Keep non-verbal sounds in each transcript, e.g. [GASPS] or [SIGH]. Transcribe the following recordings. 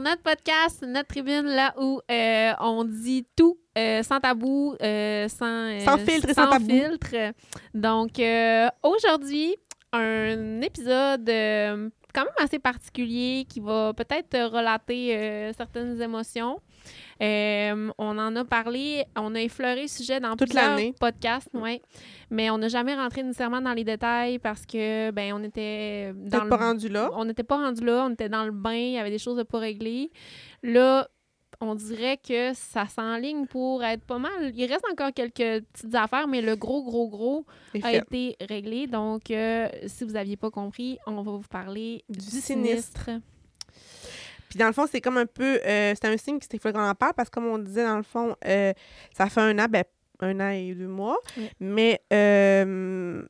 notre podcast, notre tribune, là où euh, on dit tout euh, sans tabou, euh, sans, euh, Sans filtre et sans tabou. filtre. Donc, euh, aujourd'hui, un épisode euh, quand même assez particulier qui va peut-être relater euh, certaines émotions. Euh, on en a parlé, on a effleuré le sujet dans Toute plusieurs l'année. podcasts, ouais. mais on n'a jamais rentré nécessairement dans les détails parce que ben on était dans Peut-être le pas rendu là. on n'était pas rendu là, on était dans le bain, il y avait des choses à pas régler. Là, on dirait que ça s'enligne pour être pas mal. Il reste encore quelques petites affaires, mais le gros, gros, gros Et a fait. été réglé. Donc, euh, si vous n'aviez pas compris, on va vous parler du, Du sinistre. sinistre. Puis dans le fond, c'est comme un peu. euh, c'est un signe qu'il faut qu'on en parle parce que, comme on disait, dans le fond, euh, ça fait un an, ben, un an et deux mois. Oui. Mais euh,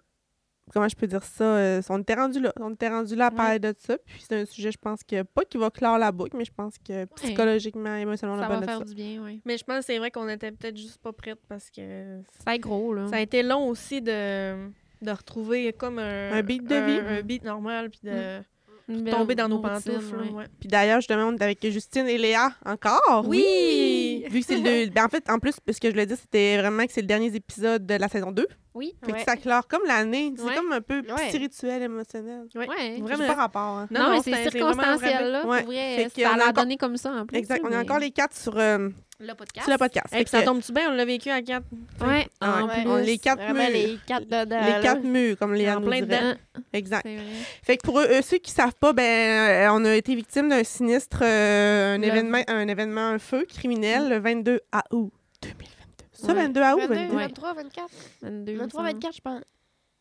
comment je peux dire ça? Euh, on était rendu là. On était rendu là à Ouais. parler de ça. Puis c'est un sujet, je pense que pas qui va clore la boucle, mais je pense que psychologiquement, émotionnellement, on Ça a besoin va de faire ça. du bien, oui. Mais je pense que c'est vrai qu'on était peut-être juste pas prêtes parce que Ça est gros, là. ça a été long aussi de, de retrouver comme un, Un beat de un- vie. un beat normal, puis de Une belle tomber dans nos routine, pantoufles. là, ouais. ouais. Puis d'ailleurs, justement, on est avec Justine et Léa encore. Oui! Vu que c'est le. ben, en fait, en plus, ce que je voulais dire, c'était vraiment que c'est le dernier épisode de la saison 2. Oui. Fait Ouais. que ça clore comme l'année. C'est Ouais. comme un peu Ouais. petit rituel émotionnel. Ouais. Ouais. J'ai Vraiment. pas rapport. hein. Non, Non, mais non, c'est c'est- c'est vraiment circonstanciel, là. Ouais. Pour vrai, Fait qu'on ça a l'a encore- donné comme ça, en plus. Exact. là, On mais- Ah, est encore les quatre sur, euh, Le podcast. sur le podcast. Et Fait puis ça que- tombe-tu bien? On l'a vécu à quatre. Ouais, en Ouais. plus. On les quatre Vraiment murs. les quatre dedans. les quatre murs, comme Léa En nous plein dirait. dedans. Exact. C'est vrai. Fait que pour eux, eux, ceux qui savent pas, ben, euh, on a été victime d'un sinistre, euh, un, Le- événement, un événement, un feu criminel le 22 à août 2022. Ça, Ouais. 22 à août? 22, 22? Ouais. 23, 24. 22, 23, il me 24, je pense.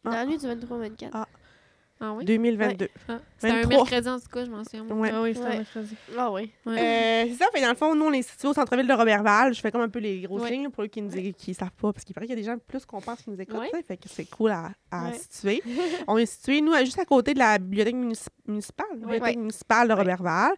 Ah. Dans la nuit du 23 24. Ah. semble. Ah oui? 2022. Ah, C'était un 23. mercredi, en tout cas, je m'en souviens. moi. Ouais. Ah oui, c'était Ouais. mercredi. Ah oui. Euh, c'est ça, fait dans le fond, nous, on est situé au centre-ville de Robertval. Je fais comme un peu les grosses Ouais. lignes pour eux qui ne qui savent pas, parce qu'il paraît qu'il y a des gens plus qu'on pense qui nous écoutent. Ouais. ça, Fait que c'est cool à, à Ouais. situer. on est situé, nous, à- juste à côté de la bibliothèque munici- municipale, la bibliothèque Ouais. municipale de Robertval.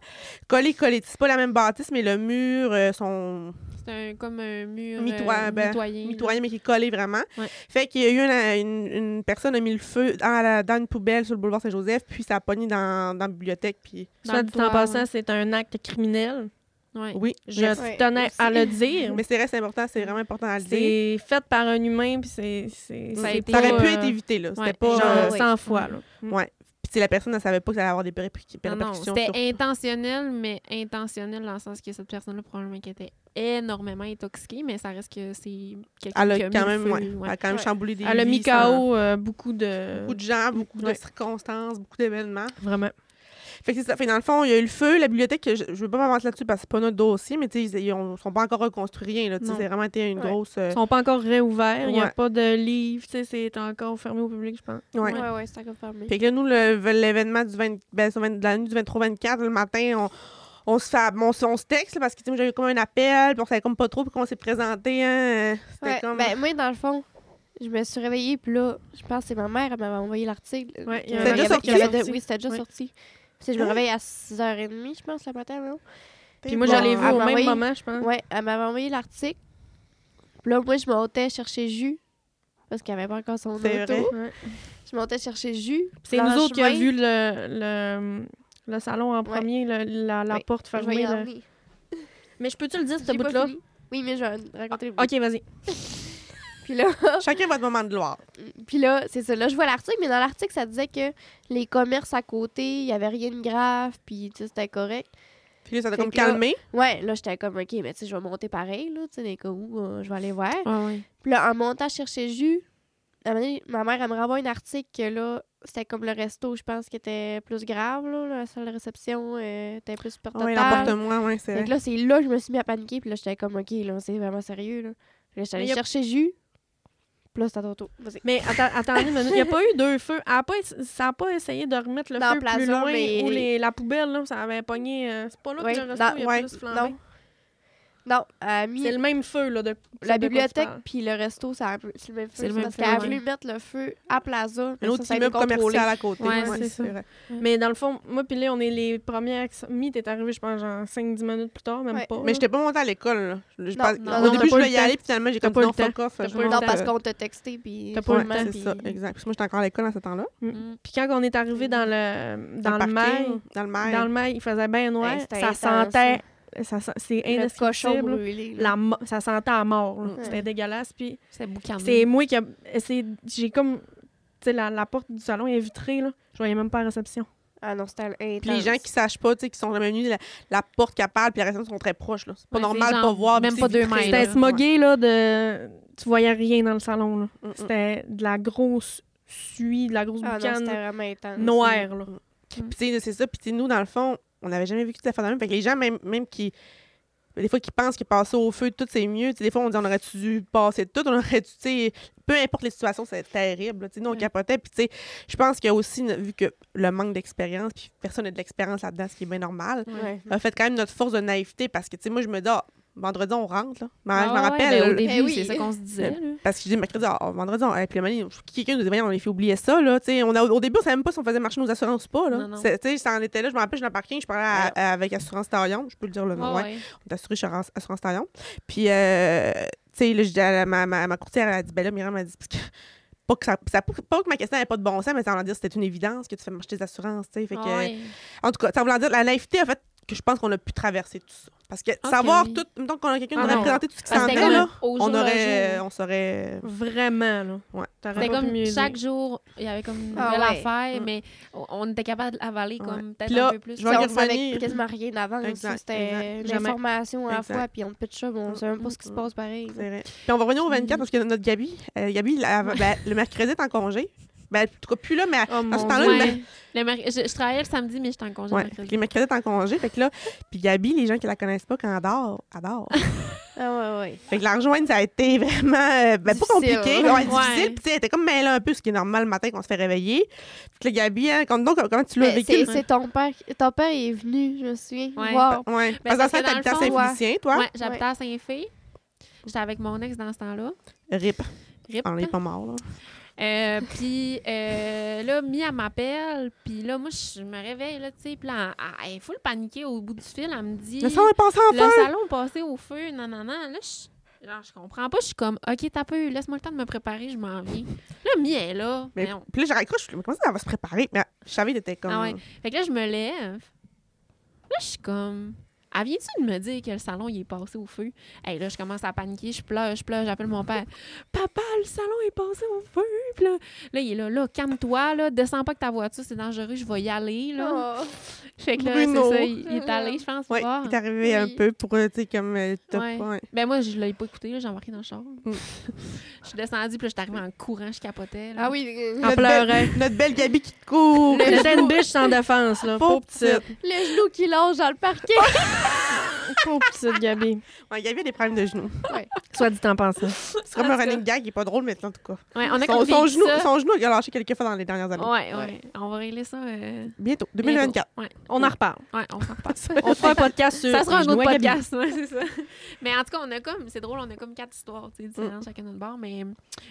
Collé, collé. C'est pas la même bâtisse, mais le mur, euh, sont C'était un- comme un mur Mitoyen, euh, ben, mitoyen. mitoyen, mais qui est collé vraiment. Ouais. Fait qu'il y a eu une, une- une personne a mis le feu dans, la- dans une poubelle sur le boulevard Saint-Joseph, puis ça a pogné dans, dans la bibliothèque. Puis... Dans Soit le dit en toit, passant, c'est un acte criminel. Ouais. Oui, Je Ouais, tenais à aussi. le dire. mais c'est vrai, c'est important, c'est vraiment important à le dire. C'est fait par un humain, puis c'est. c'est- Ça a c'est été, Ça aurait pu euh, être évité, là. C'était ouais, pas. Genre euh, ouais. 100 fois, là. Puis si la personne ne savait pas que ça allait avoir des péré- Non, non, répercussions. c'était sur- intentionnel, mais intentionnel dans le sens que cette personne-là, probablement, qui était énormément intoxiquée, mais ça reste que c'est quelqu'un Elle qui a a mis le quand même, feu, ouais, elle a quand même Ouais. chamboulé des Elle a vies, mis ça- KO euh, beaucoup de. Beaucoup de gens, beaucoup de Ouais. circonstances, beaucoup d'événements. Vraiment. Fait que c'est ça. Fait que dans le fond, il y a eu le feu. La bibliothèque, je, je veux pas m'avancer là-dessus parce que c'est pas notre dossier, mais tu sais, ils ont- sont pas encore reconstruits rien. Là, tu sais, Non. c'est vraiment été une Ouais. grosse. euh, Ils sont pas encore réouverts. Il n'y a Ouais. pas de livre. Tu sais, c'est encore fermé au public, je pense. ouais. Ouais, ouais, c'est encore fermé. Fait que là, nous, le- l'événement du 20, ben, sur 20 de la nuit du 23-24, le matin, on, on se fait, on, se- on se texte là, parce que tu sais, moi, j'avais eu comme un appel, puis on savait comme pas trop, puis qu'on s'est présenté. Hein, euh, c'était Ouais, comme. Ben, moi, dans le fond, je me suis réveillée, puis là, je pense que c'est ma mère, elle m'avait envoyé l'article. Ouais, que- il y un a qu'il y avait- article qu'il y avait sorti. de- Oui, c'était déjà Ouais. sorti. Puis je me Hein? réveille à 6h30, je pense, le matin, non? Puis moi, bon, j'allais elle voir au m'a même envoyé- moment, je Hein? pense. Ouais, elle m'avait envoyé l'article. Puis là, moi, je montais chercher jus, parce qu'elle avait pas encore son C'est vrai. auto. Ouais. Je montais chercher jus. Puis C'est dans nous le autres qui a chemin, vu le, le, le salon en premier, le- la, la Oui, porte Je vais fermée. y là. aller. Mais je peux-tu le dire, ce J'ai pas bout-là? Ah, fini. Oui, mais je vais raconter le Ah, bout. Ok, vas-y. Puis là, Chacun votre moment de gloire. Puis là, c'est ça. Là, je vois l'article, mais dans l'article, ça disait que les commerces à côté, il n'y avait rien de grave, puis tu sais, c'était correct. Puis là, ça t'a Fait comme que là- calmé. Ouais, là, j'étais comme, OK, mais tu sais, je vais monter pareil, là, tu sais, des cas où euh, je vais aller voir. Ah ouais. Puis là, en montant chercher jus, à un moment donné, ma mère, elle me renvoie un article que là, c'était comme le resto, je pense, qui était plus grave, là, la salle de réception euh, était plus porte Oui, l'emporte-moi, oui, c'est Fait vrai. que là, c'est là que je me suis mis à paniquer, puis là, j'étais comme, OK, là, c'est vraiment sérieux, là. Puis là, j'étais allée Mais y a- chercher jus, puis là, c'était à ton tour. Vas-y. Mais atta- attendez, une minute. il n'y a pas eu deux feux. Elle a pas ess- ça n'a pas essayé de remettre le Dans feu Plaza, plus loin mais- ou les- la poubelle, là, ça avait pogné. euh, c'est pas là Ouais, que le resto dans- il a ouais, plus flambé. Non. Non, à mi C'est le même feu, là. De, la de quoi tu bibliothèque parles. puis le resto, ça a- c'est le même feu. C'est le même parce feu, qu'elle a ouais. voulu mettre le feu à Plaza. mais Un ça, autre ça a été immeuble contrôlé. commercial à côté. Ouais, Ouais, c'est ça. vrai. Mais dans le fond, moi, puis là, on est les premières. qui sont- Mi, t'es arrivé, je pense, genre 5-10 minutes plus tard, même Ouais. pas. Mais j'étais pas montée à l'école. là. Je- je Non, pense- non, au non, début, t'as je pas eu voulais le y temps. aller, puis finalement, j'ai T'as comme pas dit eu non, le fuck off. je T'as pas eu le monte Non, temps. à- parce qu'on t'a texté puis. T'as pas Ouais, eu le temps, c'est puis- ça, exact. Puis moi, j'étais encore à l'école à ce temps-là. Mm. Puis quand on est arrivé dans Mm-hmm. le, dans le, mail, parking, Dans le mail. dans le mail, il faisait bien noir. Hey, c'était ça intense, sentait. Ça, sent- c'est Le cochon indescriptible. brûlé. là. La mo- ça sentait à mort. là. Ouais. C'était dégueulasse. Puis C'est Ah boucané. c'est moi qui a essayé. J'ai comme. Tu sais, la, la porte du salon est vitrée, là. Je voyais même pas la réception. Ah non, c'était intense. Puis les gens qui sachent pas, tu sais, qui sont jamais venus, la, la porte qu'elle parle, puis la réception sont très proches. là. C'est pas Ouais, normal c'est de pas genre voir. même puis pas c'est deux vitré, mètres, là. C'était smogué, là, de. Tu voyais rien dans le salon, là. Ouais. Mm, mm. C'était de la grosse suie, de la grosse Ah non, c'était boucane vraiment intense. noire, là. Puis tu sais, c'est ça. Puis tu sais, nous, dans le fond, on n'avait jamais vécu de affaire de même. Fait que les gens, même, même qui. Des fois, qui pensent que passer au feu, tout, c'est mieux. Tu sais, des fois, on dit, on aurait-tu dû passer tout, on aurait dû, tu sais, peu importe les situations, c'est terrible. là. Tu sais, nous, on Ouais. capotait. Puis, tu sais, je pense que aussi, no- vu que le manque d'expérience, puis personne n'a de l'expérience là-dedans, ce qui est bien normal, Ouais. a fait quand même notre force de naïveté parce que, tu sais, moi, je me dis, ah, vendredi, on rentre, là. Mais Ah je me ouais, rappelle, ben, au le- début, Eh oui. c'est ça qu'on se disait. là. parce que je dis mercredi, ah, vendredi, on, et puis le moment donné, quelqu'un nous disait, voyons, on les fait oublier ça, là. Tu sais, on a, au début, on savait même pas si on faisait marcher nos assurances ou pas, là. Non, non. C'est- Tu sais, ça en était là. Je me rappelle, je suis dans le parking, je parlais à- à- avec Assurance Tarion, je peux le dire le nom, Ah Ouais, ouais. ouais. On est assuré chez Assurance- Assurance Tarion. Puis, euh, tu sais, là, je dis à la- ma, ma, ma courtière, elle a dit, ben là, Myriam m'a dit, parce que. [LAUGHS] Pas que, ça, ça- pas que ma question n'avait pas de bon sens, mais ça en dire c'était une évidence que tu fais marcher tes assurances. tu sais. Fait que, Ah ouais. En tout cas, ça voulait dire la naïveté, en fait, que je pense qu'on a pu traverser tout ça. Parce que Ah, savoir que oui. tout. Donc, on a quelqu'un Ah, qui non. nous représenté tout ce qui Ah, s'en c'était venait, comme là. au jour On le aurait. euh, jour. On serait. Vraiment, là. Ouais. T'aurais C'était pas pu comme mieux chaque dire. jour, il y avait comme une Ah nouvelle ouais. affaire, Mm. mais on- on était capable d'avaler comme peut-être Puis là, un peu plus. je Tu vais sais, y on savait revenir. quasiment rien avant. là, Exact, ça, C'était exact. une Jamais. information à la Exact. fois, puis on te pitch ça, mais on sait même pas ce qui se Mm. passe pareil. C'est vrai. Puis on va revenir au 24 parce que notre Gabi, euh, Gabi la- ben, le mercredi est en congé. Ben, en tout cas, plus là, mais à- Oh, mon à ce Dieu. temps-là, le Ouais. Le merc- je, je travaillais le samedi, mais j'étais en congé le ben, Ouais, fait que Oh, mercredi. les mercredis est en congé. Fait que là, puis Gabi, les gens qui la connaissent pas, quand elle dort, elle dort. Ah ouais, ouais. fait que la rejoindre, ça a été vraiment euh, ben, pas Difficile, compliqué. ouais. Ouais. Ouais, difficile. Puis tu sais, elle était comme mêlée un peu, ce qui est normal le matin qu'on se fait réveiller. Puis là, Gabi, hein, comme- donc, comment tu l'as Ben, Mais vécu? C'est c'est ton père. qui- Ton père est venu, je me souviens. Ouais. voir. Ouais. Oh. Ben, parce que dans parce ce temps, que dans t'habitais à le fond, Saint-Félicien, toi. Ouais, j'habitais à Saint-Fé. J'étais avec mon ex dans ce temps-là. Rip. Rip. On n'est pas mort, là. Euh, puis euh, là, Mia elle m'appelle, puis là, moi, je me réveille, là, tu sais, puis là, elle- elle est full paniquée au bout du fil, elle me dit... Le sang est passé en le feu. salon passé au feu, non, non, non. Là, je, genre, je comprends pas. Je suis comme, OK, t'as peu, laisse-moi le temps de me préparer, je m'en viens. Là, Mia est là. Mais, voyons. puis là, je raccroche. Mais comment ça, elle va se préparer? Mais je savais que t'étais comme. euh, Ah ouais. Fait que là, je me lève. Là, je suis comme. Elle vient-tu de me dire que le salon il est passé au feu? Hey, là, je commence à paniquer, je pleure, je pleure, j'appelle mon père. Papa, le salon est passé au feu! Puis là, là, il est là, là, calme-toi, là, descends pas avec ta voiture, c'est dangereux, je vais y aller. Là. Oh. Fait que là, Bruno. c'est ça, il, il est allé, je pense, Ouais, voir. il est arrivé un Oui. peu pour, euh, tu sais, comme euh, top. Ouais. ouais. Ben moi, je l'ai pas écouté, là, j'ai embarqué dans le char. Mm. [LAUGHS] je suis descendue, puis là, je suis arrivée en courant, je capotais. là. Ah [LAUGHS] oui, euh, En Notre pleurant. belle- Notre belle Gabi qui te court. J'étais une biche sans défense, là. Pauvre Pauvre petite. petite. le genou qui longe dans le parquet. Pauvre petite, Gabi. Ouais, Gabi a des problèmes de genoux. Soit dit en pensant. C'est comme un running gag qui est pas drôle, mais en tout cas. Ouais, on a Son, comme son vécu genou, ça. son genou, il a lâché quelques fois dans les dernières années. Ouais, ouais, Ouais. On va régler ça. euh, Bientôt, 2024. bientôt. Ouais, On en reparle. ouais, on s'en [LAUGHS] repasse. On fera un podcast sur. ça sera un Genoux autre à Gabi. podcast, ouais, c'est ça. [LAUGHS] Mais en tout cas, on a comme, c'est drôle, on a comme quatre histoires, tu sais, différentes, chacun de notre bord. Mais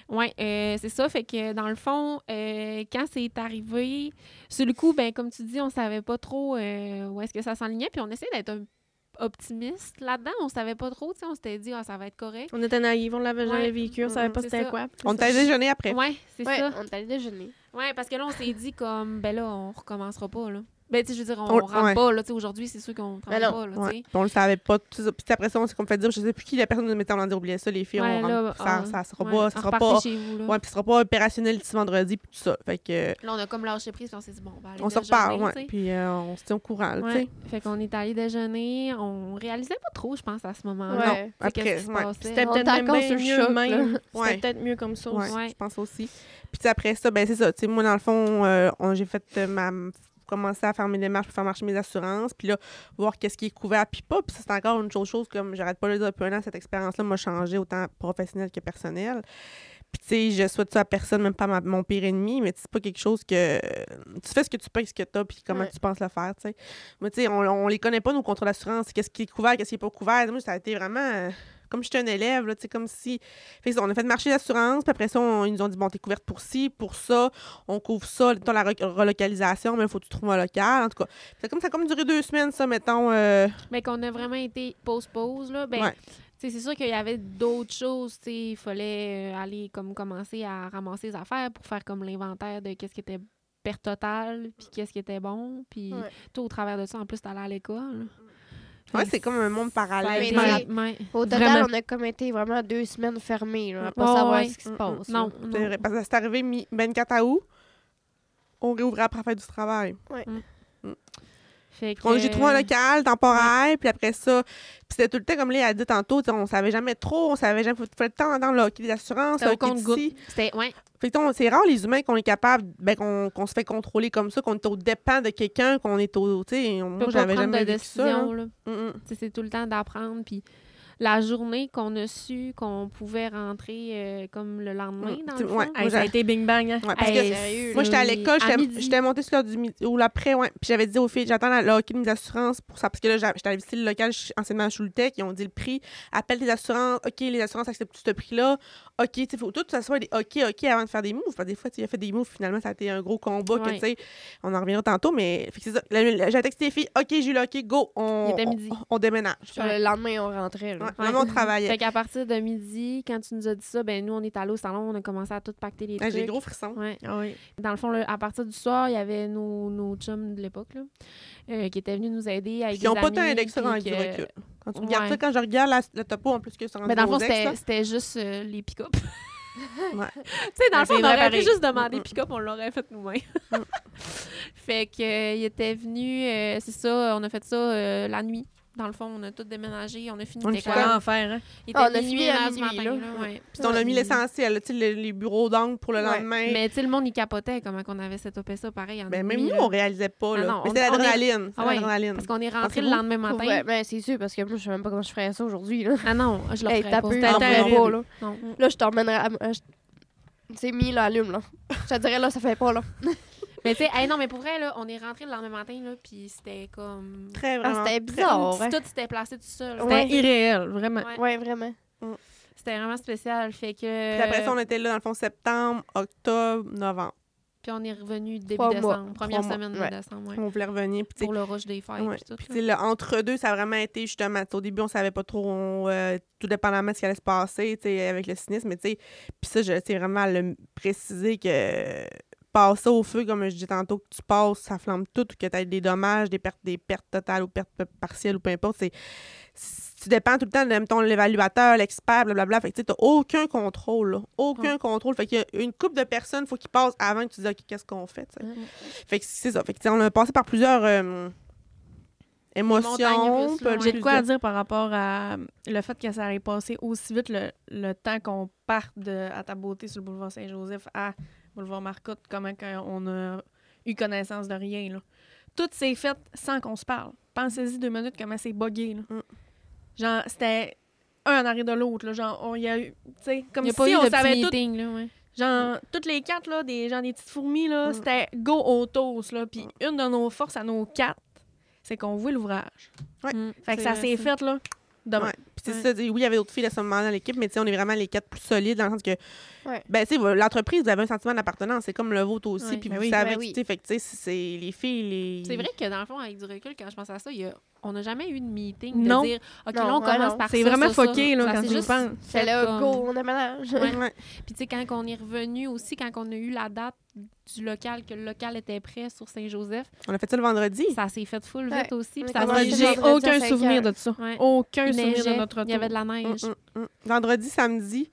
ouais, euh, c'est ça. Fait que dans le fond, euh, quand c'est arrivé, sur le coup, ben comme tu dis, on savait pas trop euh, où est-ce que ça s'enlignait, puis on essayait d'être un- optimiste là-dedans. On savait pas trop, tu sais, on s'était dit, ah, ça va être correct. On était naïfs, on l'avait jamais Ouais. vécu, on savait pas C'est c'était ça. quoi. On t'a déjeuné après. Ouais, c'est Ouais, ça. on est allé déjeuner. Ouais, parce que là, on s'est dit comme, ben là, on recommencera pas, là. Ben, tu sais, je veux dire, on, Ben On- rentre ouais. pas, là, tu sais, aujourd'hui, c'est sûr qu'on travaille non, pas, là, Ouais. tu sais. Puis on le savait pas. tout ça. Puis après ça, on s'est comme fait dire, je sais plus qui, la personne nous mettait en disant, oubliez ça, les filles, Ouais, on là, rentre. ça, on- ça sera ouais, pas, ça on sera repartez pas, chez vous, là. ouais, puis ça sera pas opérationnel d'ici vendredi, puis tout ça. Fait que, Là, on a comme lâché prise, puis on s'est dit, bon, ben, on se reparle, ouais. Puis euh, on se tient au courant, là, tu sais. Fait qu'on est allé déjeuner. On réalisait pas trop, je pense, à ce moment-là. Ouais. tu sais, Après, qu'est-ce qui se ouais. passait. C'était On peut-être est même encore bien sur le mieux choc, de même. Ouais. C'était peut-être mieux comme ça. Ouais, aussi. Ouais. je pense aussi. Puis tu sais, après ça, ben c'est ça. Tu sais, moi, dans le fond, euh, on- j'ai fait euh, ma commencer à faire mes démarches pour faire marcher mes assurances, puis là, voir qu'est-ce qui est couvert, puis pas. Puis ça, c'est encore une chose, chose comme j'arrête pas de le dire depuis un an, cette expérience-là m'a changé autant professionnelle que personnelle. Puis, tu sais, je souhaite ça à personne, même pas à ma- mon pire ennemi, mais c'est pas quelque chose que. Tu fais ce que tu peux avec ce que tu as, puis comment Ouais. tu penses le faire, tu sais. Moi, tu sais, on, on les connaît pas, nos contrôles d'assurance. Qu'est-ce qui est couvert, qu'est-ce qui est pas couvert. Moi, ça a été vraiment. euh, Comme j'étais un élève, là, tu sais, comme si. Fait que ça, on a fait le marché d'assurance, puis après ça, on- ils nous ont dit, bon, t'es couverte pour ci, pour ça, on couvre ça, dans la re- relocalisation, mais il faut que tu trouves un local, en tout cas. C'est comme ça a comme duré deux semaines, ça, mettons. euh, Mais qu'on a vraiment été pause-pause, là. Ben, Ouais. tu sais, c'est sûr qu'il y avait d'autres choses. tu sais, Il fallait euh, aller comme commencer à ramasser les affaires pour faire comme l'inventaire de qu'est-ce qui était perte totale, puis qu'est-ce qui était bon. Puis Ouais. tout au travers de ça, en plus, t'allais à l'école. Fait Ouais, que c'est comme un monde ça a parallèle. mais été- Je m'en tu rappelle. sais, ouais. Au total, Vraiment. on a comme été vraiment deux semaines fermées, là, à pas Ouais, savoir ouais. ce qui se Mm, mm. passe. là. Non, C'est non. vrai, parce que c'est arrivé mi- 24 août. On réouvrait après la fête du travail. Fait que, euh, On- J'ai trouvé un local temporaire, puis après ça, puis c'était tout le temps, comme Léa a dit tantôt, tu sais, on savait jamais trop, on savait jamais, faut faut le temps dans le hockey des assurances, C'était au le hockey compte-gouttes. d'ici. C'était, ouais, Fait que, on- c'est rare les humains qu'on est capable, ben, qu'on qu'on se fait contrôler comme ça, qu'on est au dépend de quelqu'un, qu'on est au, tu sais, on- on moi peut pas j'avais prendre de jamais vécu ça. là. décision, là. Mm, mm. Tu sais, C'est tout le temps d'apprendre. Puis la journée qu'on a su qu'on pouvait rentrer euh, comme le lendemain, Mm, dans tu- le fond. ouais. Hey, ça a j'ai- été bing bang. hein. Ouais, parce que Hey, sérieux, Moi, j'étais à oui. l'école, À j'étais- midi. j'étais montée sur l'heure du midi ou l'après, ouais. Puis j'avais dit aux filles, j'attends la- le hockey de mes assurances pour ça. Parce que là, j'a- j'étais allée visiter le local ch- anciennement à Choultec, ils ont dit le prix, appelle tes assurances, OK, les assurances acceptent ce prix-là. OK, tu sais, faut tout que ça soit des OK, OK avant de faire des moves. Parce que des fois, tu sais, il a fait des moves, finalement, ça a été un gros combat que, Ouais. tu sais, on en reviendra tantôt, mais fait que c'est ça. La- la- J'ai texté les filles, OK, j'ai eu le hockey, go, on, Il était on- midi. on, déménage. Genre, le lendemain, on rentrait. Ouais, Là. vraiment, on travaillait. Fait qu'à partir de midi, quand tu nous as dit ça, ben nous, on est allés au salon, on a commencé à tout pacter les Ah, trucs. J'ai des gros frissons. Ouais. Ah oui. Dans le fond, là, à partir du soir, il y avait nos, nos chums de l'époque là, euh, qui étaient venus nous aider avec Puis ils n'ont des pas tant amis, indexé puis dans avec du que- recul. Quand tu regardes ouais. ça, quand je regarde la- le topo, en plus que c'est rendu Mais dans le aux fond, ex, là. c'était c'était juste euh, les pick-up. Ouais. [LAUGHS] Tu sais, Ben, dans le fond, on c'est aurait vrai pu pareil. juste demander Mm, mm. pick-up, on l'aurait fait nous-mêmes. [LAUGHS] fait que euh, il était venu, euh, c'est ça, on a fait ça euh, la nuit. Dans le fond, on a tout déménagé, on a fini. On il était a fini quoi? Quoi en faire? hein? Il Ah, était on a minuit, fini à une heure du minuit, matin. là. là, ouais. Puis on a mis l'essentiel, là, tu sais, le- les bureaux d'angle pour le Ouais, lendemain. Mais tu sais, le monde, il capotait comment qu'on avait setupé ça pareil. En Ben, une même nuit, nous, là. on réalisait pas. Ah Là. non, mais on- c'est on est- l'adrénaline. C'est Ah ouais, l'adrénaline. Parce qu'on est rentré le Pensez-vous? lendemain Pour matin. vrai, ben, c'est sûr, parce que moi, je sais même pas comment je ferais ça aujourd'hui. Là. Ah non, je le Hey, referais t'as hein? pas. peu, C'était t'en ferais terrible. pas, là. Non. Là, je t'emmènerais à... à- je- C'est mis, là, allume, là. Je te dirais, là, ça fait pas, là. Mais tu sais, hey, non, mais pour vrai, là, on est rentré le lendemain matin, là, puis c'était comme... Très Ah, vraiment. c'était très- bizarre, ouais. Tout s'était placé tout seul. C'était- Ouais. C'était irréel, vraiment. Ouais. Ouais, vraiment. C'était vraiment spécial, fait que... Puis après ça, on était là, dans le fond, septembre, octobre, novembre. Puis on est revenu début Trois mois. décembre, première mois, semaine de ouais. décembre, ouais, On voulait revenir. Puis, tu sais, pour le rush des fêtes, Ouais. puis tout. Puis, tu là. sais, le entre-deux, ça a vraiment été justement. tu sais, Au début, on savait pas trop, on, euh, tout dépendamment de ce qui allait se passer tu sais, avec le cynisme. Mais tu sais, puis ça, je tiens vraiment à le préciser que euh, passer au feu, comme je disais tantôt, que tu passes, ça flamme tout, ou que tu as des dommages, des pertes, des pertes totales ou pertes p- partielles ou peu importe. c'est c'est- tu dépends tout le temps de mettons, l'évaluateur, l'expert, blablabla. Fait que tu n'as aucun contrôle. là. Aucun contrôle. Fait qu'il y a une couple de personnes, faut qu'ils passent avant que tu dises OK, qu'est-ce qu'on fait? tu sais. Mm. Fait que c'est ça. Fait que, tu sais, on a passé par plusieurs euh, émotions. montagnes russes, là, peu- ouais. J'ai de quoi à plusieurs- dire par rapport à euh, le fait que ça allait passer aussi vite le, le temps qu'on parte de à ta beauté sur le boulevard Saint-Joseph à boulevard Marcotte, comment qu'on- on a eu connaissance de rien. Là. Tout s'est fait sans qu'on se parle. Pensez-y deux minutes comment c'est buggé. là. Mm. Genre, c'était un en arrière de l'autre. là. Genre, on y a eu. Tu sais, comme Il n'y a si pas eu on de savait petit tout. meeting, là, ouais. Genre, toutes les quatre, là, des, genre, des petites fourmis, là, Mm. c'était go au toast, là. Puis Mm. une de nos forces à nos quatre, c'est qu'on voit l'ouvrage. Mm. Fait C'est que ça vrai, s'est fait, là, demain. Ouais. Puis c'est ça, tu sais, oui, il y avait d'autres filles à ce moment dans l'équipe, mais tu sais, on est vraiment les quatre plus solides dans le sens que, Ouais. ben, tu sais, l'entreprise, vous avez un sentiment d'appartenance, c'est comme le vôtre aussi, Ouais. puis Ben vous oui. savez, Ben que, oui. tu sais, fait que, tu sais, c'est les filles, les... C'est vrai que dans le fond, avec du recul, quand je pense à ça, il y a- on n'a jamais eu de meeting Non. de dire OK, Non, là, on ouais, commence non. par ça. C'est vraiment ça, ça. fucké, là, Ça, quand c'est tu y juste penses. C'est fait là, comme- go, on aménage. Ouais. Ouais. Puis, tu sais, quand on est revenu aussi, quand on a eu la date du local, que le local était prêt sur Saint-Joseph, On a fait ça le vendredi. ça s'est fait full vite Ouais. aussi. On Puis est ça commencé s'est le fait J'ai vendredi à aucun cinq souvenir heures. de ça. Ouais. Aucun Il souvenir de neigeait, notre Il y avait retour. de la neige. Mm, mm, mm. Vendredi, samedi.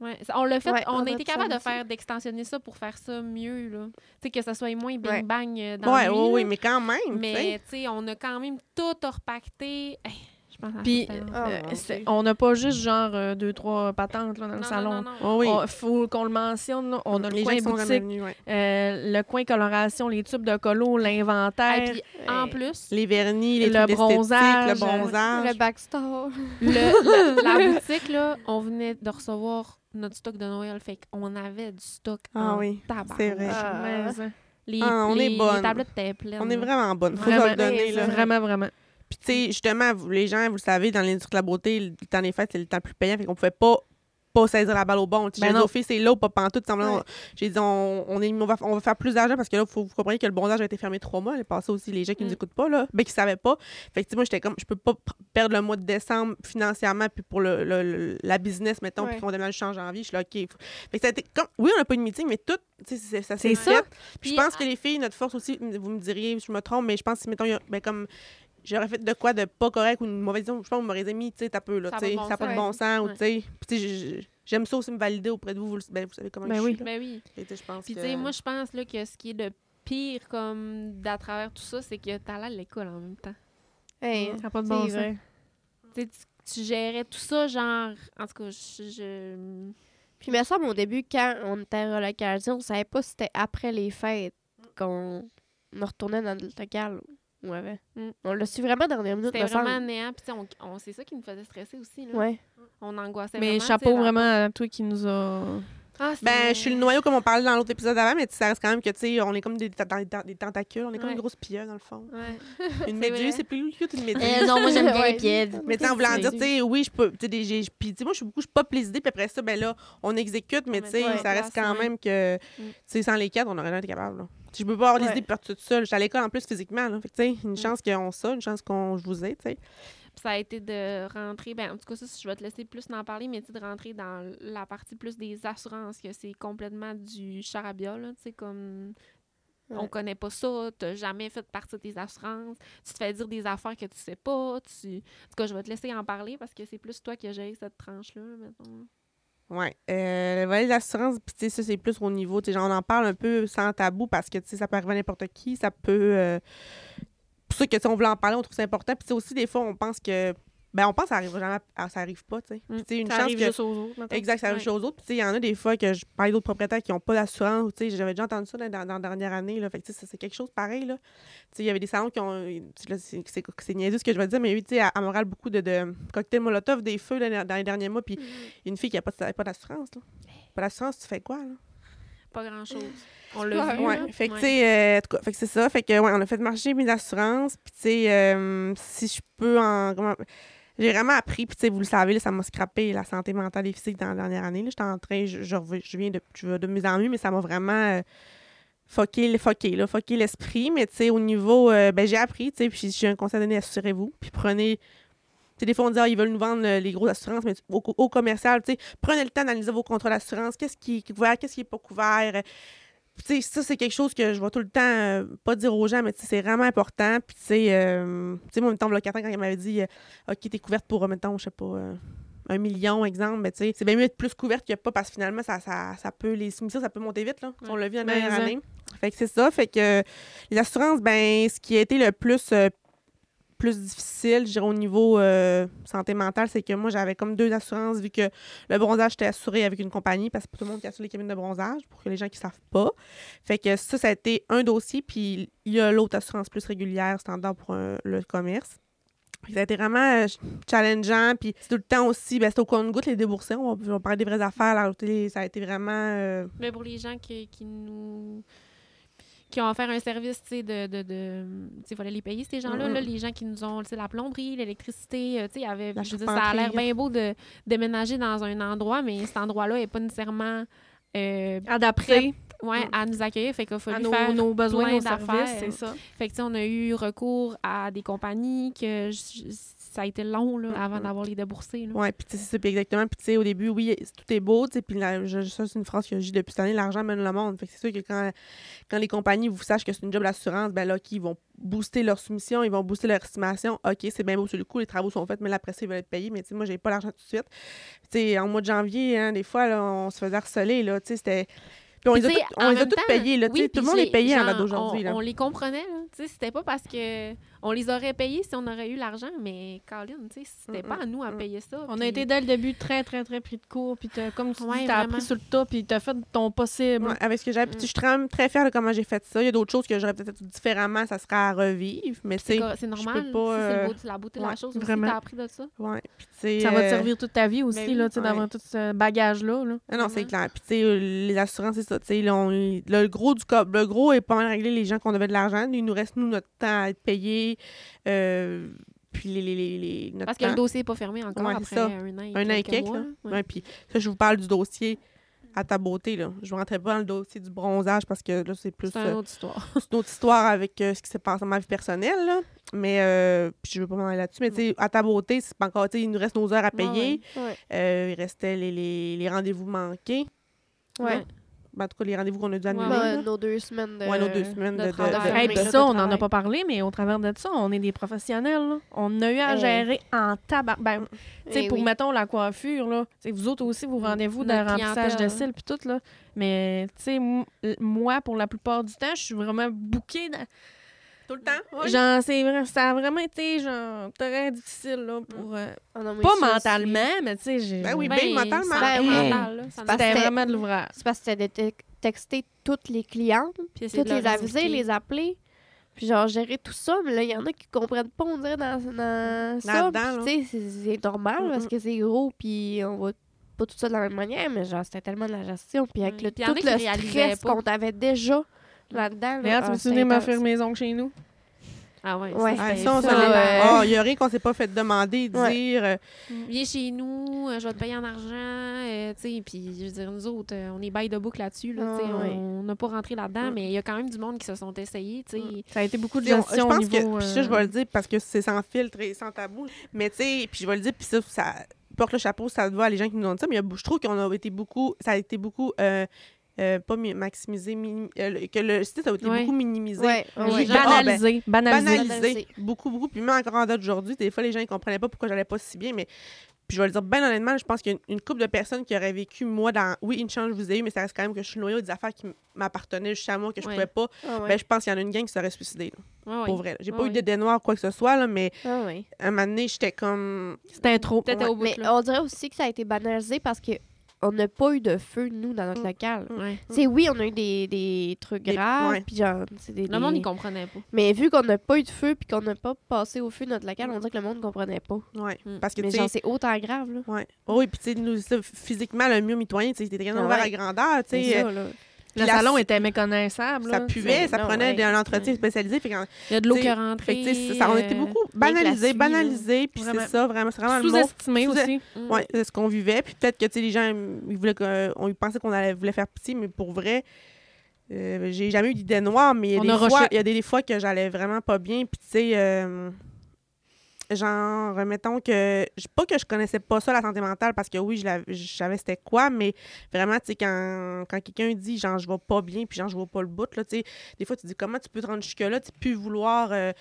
Ouais. Ça- On l'a fait, Ouais, on a vendredi, été capable de samedi. faire, d'extensionner ça pour faire ça mieux, là. Tu sais, que ça soit moins Ouais. bing-bang euh, dans Ouais, la nuit, oui, oui, là. mais quand même, tu sais. Mais, tu sais, on a quand même tout repacté. Hey, Je pense à Puis, certains- Ah, Euh, mon c'est- Dieu. on n'a pas juste genre euh, deux, trois patentes là, dans Non, le non, salon. non, non. Oh oui. On- faut qu'on le mentionne. là. On a le les coin gens qui sont boutique, revenus, ouais. euh, le coin coloration, les tubes de colo, Ah, l'inventaire, puis, en plus, [LAUGHS] Les vernis, les Le trucs d'esthétique, bronzage, le bronzage. Le backstore. le- la, la boutique, là, on venait de recevoir notre stock de Noël. Fait qu'on avait du stock Ah en oui, tabarnak. c'est vrai. Ah. Mais, hein, Les, Ah, on est les, bonne. les tablettes étaient pleines. On est vraiment bonne. Faut Vraiment. se le donner, là. Vraiment, vraiment. Puis, tu sais, justement, vous- les gens, vous le savez, dans l'industrie de la beauté, le temps des fêtes, c'est le temps le plus payant. Fait qu'on pouvait pas pas saisir la balle au bon. Tu sais, Ben J'ai dit non. aux filles, c'est là ou pas pantoute. semblant- Ouais. J'ai dit, on, on, est, on, va, on va faire plus d'argent parce que là, faut que vous compreniez que le bronzage a été fermé trois mois. Les passé aussi, les gens qui Mm. nous écoutent pas, là, ben, qui savaient pas. Fait que, tu sais, moi, j'étais comme, je peux pas pr- perdre le mois de décembre financièrement, puis pour le, le- le- la business, mettons, Ouais. puis qu'on démarre le change en janvier. Je suis là, OK. faut- Fait que ça a été comme, oui, on n'a pas eu de meeting, mais tout, tu sais, c'est- ça s'est C'est ça. fait. Puis Puis, je pense que les filles, notre force aussi, m- vous me diriez, je me trompe, mais je pense si, mettons, il y a- ben, comme j'aurais fait de quoi de pas correct ou une mauvaise décision, je pense que vous m'auriez mis, tu sais, t'as peu, là, Ça a tu pas de sais, bon ça n'a pas de bon sens, sens, ou ouais. tu sais, puis tu sais, j- j- j'aime ça aussi me valider auprès de vous, vous, le- ben, vous savez comment Ben je oui. suis, là. Ben oui. Fait que, tu sais, je pense Puis, que- tu sais, moi, je pense là, que ce qui est le pire, comme, d'à travers tout ça, c'est que t'allais à l'école en même temps. Hey, Ça n'a pas de c'est bon sens. vrai. Tu sais, tu- tu gérais tout ça, genre... En tout cas, je... je- Puis, il me semble, au début, quand on était en location, on savait pas si c'était après les fêtes qu'on on retournait dans le local ou avant. Mm. On l'a su vraiment dernière minute, C'était me vraiment semble. néant. Puis, tu sais, on, on- c'est ça qui nous faisait stresser aussi. Là. Ouais. [LAUGHS] On angoissait Mais vraiment, tu chapeau sais, là. vraiment à toi qui nous a. Ah, c'est- Ben, je suis le noyau comme on parlait dans l'autre épisode avant, mais tu sais, ça reste quand même que, tu sais, on est comme des, ta- dans les ta- des tentacules, on est comme Ouais. une grosse pieuvre, dans [LAUGHS] le fond. Ouais. Une C'est vrai. méduse, c'est plus cute une méduse. Euh, non, moi, j'aime bien Ouais. les pieds. Mais tu sais, en voulant dire, tu sais, oui, je peux. tu sais, des- j'ai- Puis, tu sais, moi, je suis beaucoup, je pop les idées, puis après ça, ben là, on exécute, met mais tu sais, tout en ça reste place, quand ouais. même que, tu sais, sans les quatre, on aurait jamais été capable. là. Tu sais, Je peux pas avoir les Ouais. idées puis partir toute seule. J'étais à l'école en plus physiquement, là. Fait que, tu sais, une chance qu'on ça, une chance qu'on je vous ai, tu sais. Puis ça a été de rentrer, ben, en tout cas, ça, je vais te laisser plus en parler, mais tu sais, de rentrer dans la partie plus des assurances, que c'est complètement du charabia, là, tu sais, comme... On Ouais. connaît pas ça, t'as jamais fait partie des assurances, tu te fais dire des affaires que tu sais pas, tu... En tout cas, je vais te laisser en parler parce que c'est plus toi qui as géré cette tranche-là, mettons. Ouais. Euh, le volet de l'assurance, puis tu sais, ça, c'est plus au niveau, tu sais, genre, on en parle un peu sans tabou parce que, tu sais, ça peut arriver à n'importe qui, ça peut. euh, pour ça que, tu sais, on voulait en parler, on trouve ça important. Puis, tu sais, aussi, des fois, on pense que. Ben, on pense que ça arrive jamais, à- ça arrive pas, tu sais. Puis, tu sais, une Ça chance arrive que- juste aux autres. mettons. Exact, ça arrive Ouais. chez aux autres. Puis, tu sais, il y en a des fois que je parle d'autres propriétaires qui n'ont pas d'assurance. Tu sais, j'avais déjà entendu ça dans, dans- dans la dernière année. Là. Fait que, tu sais, ça, c'est quelque chose pareil, là. Tu sais, il y avait des salons qui ont... tu sais, là, c'est- C'est c'est niaiseux ce que je veux dire, mais il y a eu, tu sais, à, à Montréal, beaucoup de, de cocktails Molotov, des feux là, dans les derniers mois, puis une fille qui n'a pas, de- pas d'assurance, là. Pas d'assurance, tu fais quoi, là? Pas grand-chose. On l'a Ouais. vu, là. Ouais, fait que, Ouais. tu sais, euh, en tout cas, fait que c'est ça. Fait que, ouais, on a fait marcher mes assurances. Puis, tu sais, euh, si je peux en. comment- J'ai vraiment appris. Puis, tu sais, vous le savez, là, ça m'a scrappé la santé mentale et physique dans la dernière année. là. J'étais en train, je, je reviens- je viens de, je vais de mieux en mieux, mais ça m'a vraiment. euh, Fucké, le- fucké, là, fucké l'esprit, mais tu sais, au niveau, euh, ben, j'ai appris, tu sais, puis j'ai un conseil à donner, assurez-vous, puis prenez, tu sais, des fois, on dit, ah, ils veulent nous vendre euh, les grosses assurances, mais tu- au, au commercial, tu sais, prenez le temps d'analyser vos contrats d'assurance, qu'est-ce qui est couvert, qu'est-ce qui n'est pas couvert, tu sais, ça, c'est quelque chose que je vais tout le temps euh, pas dire aux gens, mais tu sais, c'est vraiment important. Puis, tu sais, euh, tu sais, moi, mettons, le 4 ans, quand il m'avait dit, euh, OK, t'es couverte pour, euh, mettons, je sais pas, euh, un million, exemple, mais tu sais, c'est bien mieux d'être plus couverte que pas, parce que finalement, ça, ça, ça peut, les soumissions, ça peut monter vite, là. Ouais. On l'a vu la Mais, dernière hein. année. Fait que c'est ça. Fait que euh, les assurances, ben, ce qui a été le plus. euh, plus difficile, je dirais, au niveau euh, santé mentale, c'est que moi, j'avais comme deux assurances, vu que le bronzage, j'étais assuré avec une compagnie, parce que pas tout le monde qui assure les cabines de bronzage, pour que les gens qui savent pas. Fait que ça, ça a été un dossier, puis il y a l'autre assurance plus régulière, standard pour euh, le commerce. Fait que Ça a été vraiment euh, ch- challengeant. Puis c'est tout le temps aussi, ben, c'est au compte-goutte les déboursés. On va, on va parler des vraies affaires. La télé, ça a été vraiment. euh, Mais pour les gens qui, qui nous qui ont offert un service, tu sais, de, de, de tu sais, fallait les payer ces gens-là, Mhm. là, les gens qui nous ont, tu sais, la plomberie, l'électricité, euh, tu sais, il y avait, La je veux dire, ça a l'air charpenterie. bien beau de déménager dans un endroit, mais cet endroit-là n'est pas nécessairement euh, À d'après, ouais, Mm. à nous accueillir, fait qu'il a fallu à nos, faire nos besoins, plein nos services, d'affaires. c'est ça. Fait que, tu sais, on a eu recours à des compagnies que je- je- ça a été long, là, avant Mhm. d'avoir les déboursés, là. Ouais, puis tu sais, c'est ça, puis exactement. Puis tu sais, au début, oui, c'est- tout est beau, tu sais, puis la- je- ça, c'est une phrase que je dis depuis cette année, l'argent mène le monde. Fait que c'est sûr que quand, quand les compagnies vous sachent que c'est une job d'assurance, ben là, qui vont booster leur soumission, ils vont booster leur estimation. OK, c'est bien beau sur le coup, les travaux sont faits, mais là, après ça, ils veulent être payés, mais tu sais, moi, j'ai pas l'argent tout de suite. Tu sais, en mois de janvier, hein, des fois, là, on se faisait harceler, là, tu sais, c'était... Puis on Puis les a tu sais, toutes- on en les a même tous temps, payés, là, tu oui, sais, tout puis le monde est j'ai- payé en genre, date d'aujourd'hui, on- là. On les comprenait, là. Tu sais, c'était pas parce que On les aurait payés si on aurait eu l'argent, mais Colin, tu sais, c'était Mm, pas à nous à mm. payer ça. On puis- a été dès le début très, très, très pris de court. Puis t'as- comme tu Ouais, dis, t'as vraiment. appris sur le tas, puis t'as fait ton possible. Ouais, avec ce que j'avais. Puis Mm. tu- je suis quand même très fière de comment j'ai fait ça. Il y a d'autres choses que j'aurais peut-être fait différemment, ça serait à revivre. Mais tu C'est sais, cor- c'est normal. peux pas, si c'est le euh, beau- c'est la beauté de la ouais, chose aussi. vraiment. T'as appris de ça. ouais. Puis tu sais, Ça va te euh, servir toute ta vie aussi, oui, là, tu sais, ouais. d'avoir tout ce bagage-là. là. Ah non, c'est Vraiment. clair. Puis, tu sais, euh, les assurances, c'est ça. Tu sais, là, on- le gros du co- le gros est pas mal réglé, les gens qu'on devait de l'argent. Il nous reste, nous, notre temps à être payé. euh, puis, les, les, les, les- notre Parce que le temps. dossier n'est pas fermé encore Ouais, après c'est ça. un an et Un an et quelques quelques, mois, là. ouais. Ouais, puis, ça, je vous parle du dossier à ta beauté, là. Je ne rentrais pas dans le dossier du bronzage parce que là, c'est plus C'est une euh, autre histoire. c'est une autre histoire avec euh, ce qui s'est passé dans ma vie personnelle, là. Mais, euh, puis, je veux pas m'en aller là-dessus. Mais, tu sais, à ta beauté, c'est pas encore. Tu sais, il nous reste nos heures à Ouais, payer. Ouais. Euh, il restait les, les, les rendez-vous manqués. Ouais. Ben, en tout cas, les rendez-vous qu'on a dû annuler. Bah, là. nos deux semaines de. Ouais, nos deux semaines de, de de, travail. de- mais Hey, puis là, ça, t'as on n'en a travail. pas parlé, mais au travers de ça, on est des professionnels. là. On a eu à Eh. gérer en tabac. Ben, tu sais, Eh pour, oui. mettons, la coiffure, là, tu sais, vous autres aussi, vous rendez-vous d'un Notre remplissage de clientèle. cils, puis tout, là. Mais, tu sais, m- moi, pour la plupart du temps, je suis vraiment bouquée. dans- Tout le temps, Genre, c'est vrai- ça a vraiment été, genre, très difficile, là, pour... euh, Ah non, mais pas ça aussi. mentalement, mais, tu sais, j'ai... Ben oui, ben, Ben, big mentalement. ça- Ben c'est oui. mental, là, ça C'est nous- parce C'était que- vraiment de l'ouvrage. C'est parce que c'était de te- texter toutes les clientes, Puis essayer toutes de les leur aviser, expliquer. les appeler. Puis genre gérer tout ça, mais là, il y en a qui comprennent pas, on dirait, dans, dans ça. Là-dedans, Puis, tu sais, c'est- c'est normal Mm, parce mm. que c'est gros, puis on voit pas tout ça de la même manière, mais genre, c'était tellement de la gestion. Puis avec Ouais. le, Mm. Puis y en tout a qui le réalisaient stress pas. qu'on avait déjà Ah, là-dedans. ah, Mais tu me souviens ma faire maison chez nous? Ah ouais. Ouais. ça, ben, Ah, c'était- ça, on s'en ça, est- ouais. Ah, il y a rien qu'on s'est pas fait demander, dire. Ouais. euh, Viens chez nous, euh, je vais te payer en argent, euh, tu sais, puis je veux dire, nous autres, euh, on est bail de boucle là-dessus, là, tu sais, Ah, ouais. on n'a pas rentré là-dedans, Mm. mais il y a quand même du monde qui se sont essayés, tu sais. Ça a été beaucoup de tu sais, on- gestion je pense au niveau... euh, que. Puis ça, je vais le dire parce que c'est sans filtre et sans tabou. Mais, tu sais, puis je vais le dire, puis ça, ça porte le chapeau, ça doit à les gens qui nous ont dit ça. Mais il y a- je trouve qu'on a été beaucoup. Ça a été beaucoup. euh, euh, pas mi- maximisé, minim- euh, le- que le site a été Ouais. beaucoup minimisé. Ouais, ouais, Oui, ouais. genre, ah, ben, banalisé, banalisé. banalisé. Banalisé. Beaucoup, beaucoup. Puis même encore en date aujourd'hui, des fois, les gens ne comprenaient pas pourquoi j'allais pas si bien, mais puis je vais le dire, ben honnêtement, je pense qu'il y a une, une couple de personnes qui auraient vécu, moi, dans... Oui, une chance, je vous ai eu, mais ça reste quand même que je suis loyale des affaires qui m- m'appartenaient juste à moi, que je Ouais. pouvais pas. Ah ouais. Ben, je pense qu'il y en a une gang qui serait suicidée, là, Ouais, ouais. pour vrai. là. J'ai Ouais, pas eu ouais. de dénoir ou quoi que ce soit, là, mais Ah ouais. un moment donné, j'étais comme... C'était trop. Peut-être Ouais. au bout, Mais là. on dirait aussi que ça a été banalisé parce que on n'a pas eu de feu, nous, dans notre Mm. local. Ouais. Tu sais, oui, on a eu des, des trucs Des- graves, ouais. puis genre, c'est des, Le monde, des- il comprenait pas. oh, Mais vu qu'on n'a pas eu de feu, puis qu'on n'a pas passé au feu notre local, on dirait que le monde comprenait pas. Ouais, Mm. parce que, Mais tu genre, sais... c'est autant grave, là. Ouais. Oh oui, puis tu sais, nous, ça, physiquement, le mur mitoyen, tu sais, c'était quand même Ah ouvert ouais. à grandeur, tu C'est sais. ça, là. Le la- salon était méconnaissable. Ça là. puait, ça Non, prenait Ah, ouais. un entretien spécialisé. Fait qu'en- Il y a de l'eau T'sais, qui est Fait rentrée. que, tu sais, ça, ça- on était euh, beaucoup la banalisé, suie, banalisé, puis Vraiment. c'est ça, vraiment, c'est vraiment le mot. Sous-estimé Sous- aussi. Mm. Ouais, c'est ce qu'on vivait, puis peut-être que, tu sais, les gens, ils voulaient qu'on- on pensait qu'on allait voulait faire pitié, mais pour vrai, euh, j'ai jamais eu d'idée noire, mais il y a On des a fois- rushé. il y a des, des fois que j'allais vraiment pas bien, puis tu sais, euh, genre, mettons que, je- pas que je connaissais pas ça, la santé mentale, parce que oui, je, la- je savais c'était quoi, mais vraiment, tu sais, quand, quand quelqu'un dit, genre, je vais pas bien, puis genre, je vois pas le bout, là, tu sais, des fois, tu te dis comment tu peux te rendre jusque-là, tu sais, plus vouloir euh,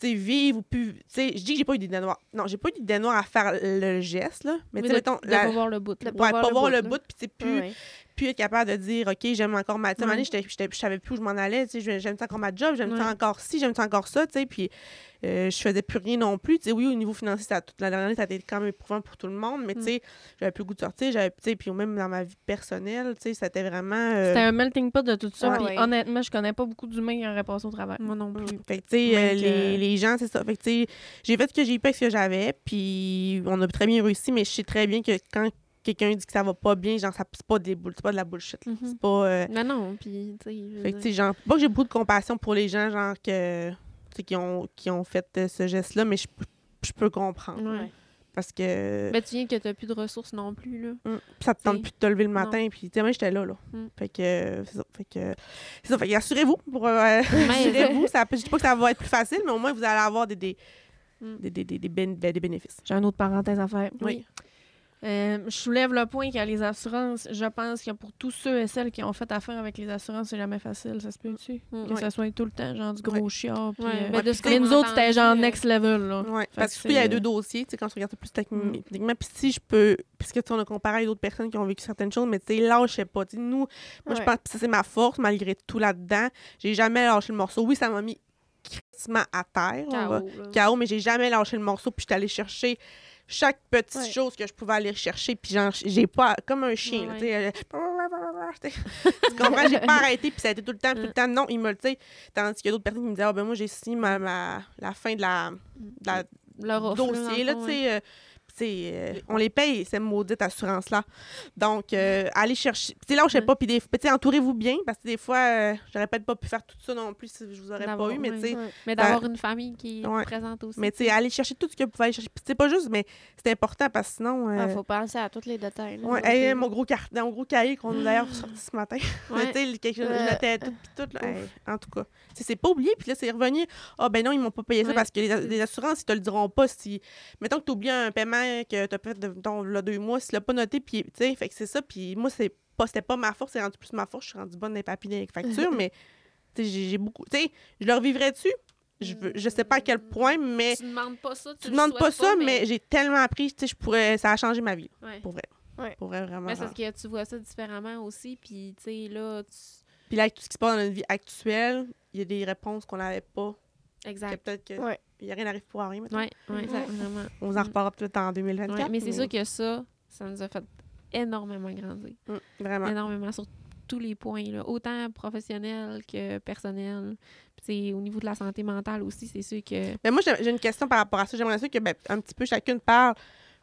tu sais, vivre ou plus. Tu sais, je dis que j'ai pas eu d'idée noire. Non, j'ai pas eu d'idée noire à faire le geste, là. Mais tu Oui, sais, de, mettons, de la- pas voir le bout. là. de ouais, pas pas voir le voir bout, le là. bout, puis tu sais, plus, Ouais. plus être capable de dire, OK, j'aime encore ma. Tu sais, à un moment donné, j'étais- j'étais- je savais plus où je m'en allais, tu sais, je- j'aime ça encore ma job, j'aime ça Ouais. encore ci, j'aime ça encore ça, tu sais, puis euh, je faisais plus rien non plus. Tu sais, oui, au niveau financier, ça, a- toute la dernière année, ça a été quand même éprouvant pour tout le monde, mais Mm. tu sais, j'avais plus le goût de sortir, j'avais, tu sais, puis même dans ma vie personnelle, tu sais, c'était vraiment. euh, C'était un melting pot de tout ça. Ah puis ouais. honnêtement, je connais pas beaucoup d'humains qui auraient passé au travers. Moi non Mm. plus. Fait que, tu sais, Même euh, que- les, les gens, c'est ça. Fait que, tu sais, j'ai fait ce que j'ai pu avec ce que j'avais, puis on a très bien réussi, mais je sais très bien que quand quelqu'un dit que ça va pas bien, genre, ça- c'est pas des boules, c'est pas de la bullshit, là. Mhm. C'est pas. euh, Mais non, puis, tu sais, je veux fait que, tu dire, sais, genre, pas que j'ai beaucoup de compassion pour les gens, genre, que, tu sais, qui ont, qui ont fait euh, ce geste-là, mais je je peux comprendre. ouais. Parce que Mais tu viens que t'as plus de ressources non plus, là. hum, ça te t'sais, tente plus de te lever le matin, puis, tu sais, moi, j'étais là, là. Mm. Fait que, euh, c'est ça. Fait que, c'est ça. Fait que, assurez-vous pour. [LAUGHS] euh, Mais, vous ça peut- je dis pas que ça va être plus facile, mais au moins vous allez avoir des, des, Mm. des, des, des, des bén- ben, des bénéfices. J'ai une autre parenthèse à faire. Oui. Euh, je soulève le point qu'il y a les assurances. Je pense que pour tous ceux et celles qui ont fait affaire avec les assurances, c'est jamais facile. Ça se peut-tu? Mm. Que Ouais. ça soit tout le temps, genre du gros chiard. [LAUGHS] puis, Ouais, euh, ben, de ce puis qu'on mais nous autres, c'était genre entendait, next level. Là. Ouais, parce Fait que que surtout, il y a c'est- deux dossiers, tu sais, quand on regarde ça plus techni- Mm. techniquement. Puis si je peux, puisque tu sais, on a comparé avec d'autres personnes qui ont vécu certaines choses, mais tu sais, lâchez pas. Tu sais, nous, moi, je Ouais. pense que ça, c'est ma force, malgré tout là-dedans. J'ai jamais lâché le morceau. Oui, ça m'a mis crissement à terre. on va- K.O., là. KO, mais j'ai jamais lâché le morceau. Puis j'étais allée chercher chaque petite Ouais. chose que je pouvais aller chercher. Puis genre, j'ai pas. Comme un chien, là, Ouais. tu sais, euh, [LAUGHS] tu sais. tu comprends? J'ai pas arrêté. Puis ça a été tout le temps, tout le temps. Non, il me le. tu sais. Tandis qu'il y a d'autres personnes qui me disaient, ah ben moi, j'ai signé ma, ma- la fin de la, de la- Le rough, dossier, là, dans tu le fond, sais. euh, puis c'est, euh, on les paye, ces maudites assurances-là. Donc, euh, allez chercher. Puis, tu sais, lâchez Ouais. pas. Puis, des- puis, tu sais, entourez-vous bien, parce que des fois, euh, j'aurais peut-être pas pu faire tout ça non plus si je vous aurais D'avoir- pas eu. Mais, ouais. tu sais, Ouais. Mais Ben, d'avoir une famille qui ouais. est présente aussi. mais tu sais, allez chercher tout ce que vous pouvez aller chercher. Puis, c'est pas juste, mais c'est important, parce que sinon. euh, Ah, faut penser à tous les détails. là. ouais, Donc, hey, euh, mon, gros car- mon gros cahier qu'on [GASPS] a d'ailleurs sorti ce matin. Ouais. Tu sais, quelque chose, Ouais. je notais tout, puis tout. là. Hey, en tout cas, Tu sais, c'est pas oublié. Puis là, c'est revenu. Ah, ben non, ils m'ont pas payé ça Ouais. parce que les, les assurances, ils te le diront pas. Si, mettons que tu oublies un paiement que tu as fait de, mettons, là, deux mois, si tu l'as pas noté, puis tu sais, fait que c'est ça. Puis moi, c'est pas, c'était pas ma force, c'est rendu plus ma force. Je suis rendue bonne des papiers des [LAUGHS] factures, mais tu sais, j'ai j'ai beaucoup. Tu sais, je leur vivrais dessus. Je, veux- je sais pas à quel point, mais Tu demandes pas ça, tu, tu le demandes souhaites pas ça, mais, j'ai tellement appris. Tu sais, je pourrais, ça a changé ma vie. Ouais. Pour vrai. Ouais. Pour vrai, vraiment. Mais c'est parce que tu vois ça différemment aussi, puis tu sais, là, tu... Puis là, tout ce qui se passe dans notre vie actuelle, il y a des réponses qu'on n'avait pas. que Exact. Peut-être que Ouais. il y a rien n'arrive pour rien. mettons. Ouais, ouais, Exact. vraiment. On en Mm. reparlera peut-être en 2024. Ouais, mais c'est sûr que ça, ça nous a fait énormément grandir. Mm, vraiment. Énormément sur tous les points, là. autant professionnel que personnel. Puis, tu sais, au niveau de la santé mentale aussi, c'est sûr que. Mais moi, j'ai j'ai une question par rapport à ça. J'aimerais ça que ben, un petit peu chacune parle,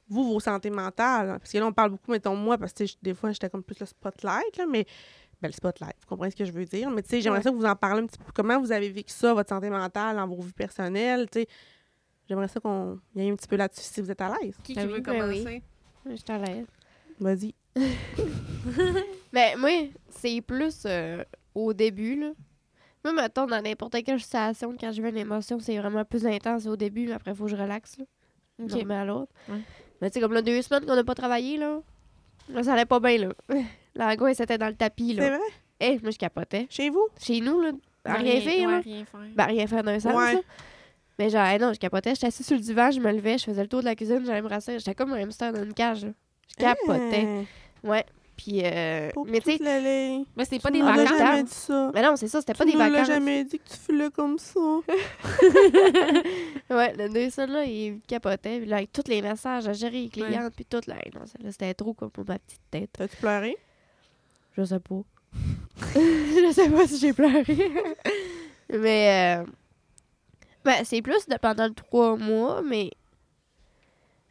vous, vos santé mentale. hein. Parce que là, on parle beaucoup, mettons, moi, parce que tu sais, des fois, j'étais comme plus le spotlight, là, mais. Ben, le spotlight, vous comprenez ce que je veux dire. Mais tu sais, j'aimerais Ouais. ça que vous en parlez un petit peu. Comment vous avez vécu ça, votre santé mentale, dans vos vies personnelles, tu sais. J'aimerais ça qu'on y aille un petit peu là-dessus si vous êtes à l'aise. Qui, Ben oui, qui veut ben oui. commencer? Je suis à l'aise. Vas-y. Ben, moi, c'est plus euh, au début, là. Moi, mettons, dans n'importe quelle situation, quand je veux une émotion, c'est vraiment plus intense au début, mais après, il faut que je relaxe, là. Ok. D'un moment à l'autre. Ouais. Mais tu sais, comme là, deux semaines qu'on n'a pas travaillé, là, là, ça allait pas bien, là. [LAUGHS] L'angoisse était dans le tapis, C'est là. vrai? Hé, moi, je capotais. Chez vous? Chez nous, là, à rien faire, ouais, là. rien faire. Ben, rien faire d'un sens, Ouais. là. Mais genre, hey, non, je capotais. J'étais assise sur le divan, je me levais, je faisais le tour de la cuisine, j'allais me rasseoir. J'étais comme un hamster dans une cage, là. Je capotais. Hein, Ouais. Puis, euh, pour mais tu sais, toute la ligne. Mais c'est pas Tu des nous l'as vacances. jamais dit ça. mais non, c'est ça, c'était pas Tu des nous l'as vacances. jamais dit que tu filais comme [LAUGHS] ça. Ouais, le Nelson, là, il capotait. Puis là, avec tous les messages à gérer, les Ouais. clients, puis tout, là, hey, non, ça, là, c'était trop, quoi, pour ma petite tête. T'as-tu pleuré? Je sais pas. [LAUGHS] je sais pas si j'ai pleuré. mais. euh, ben, c'est plus de pendant trois mois, mais.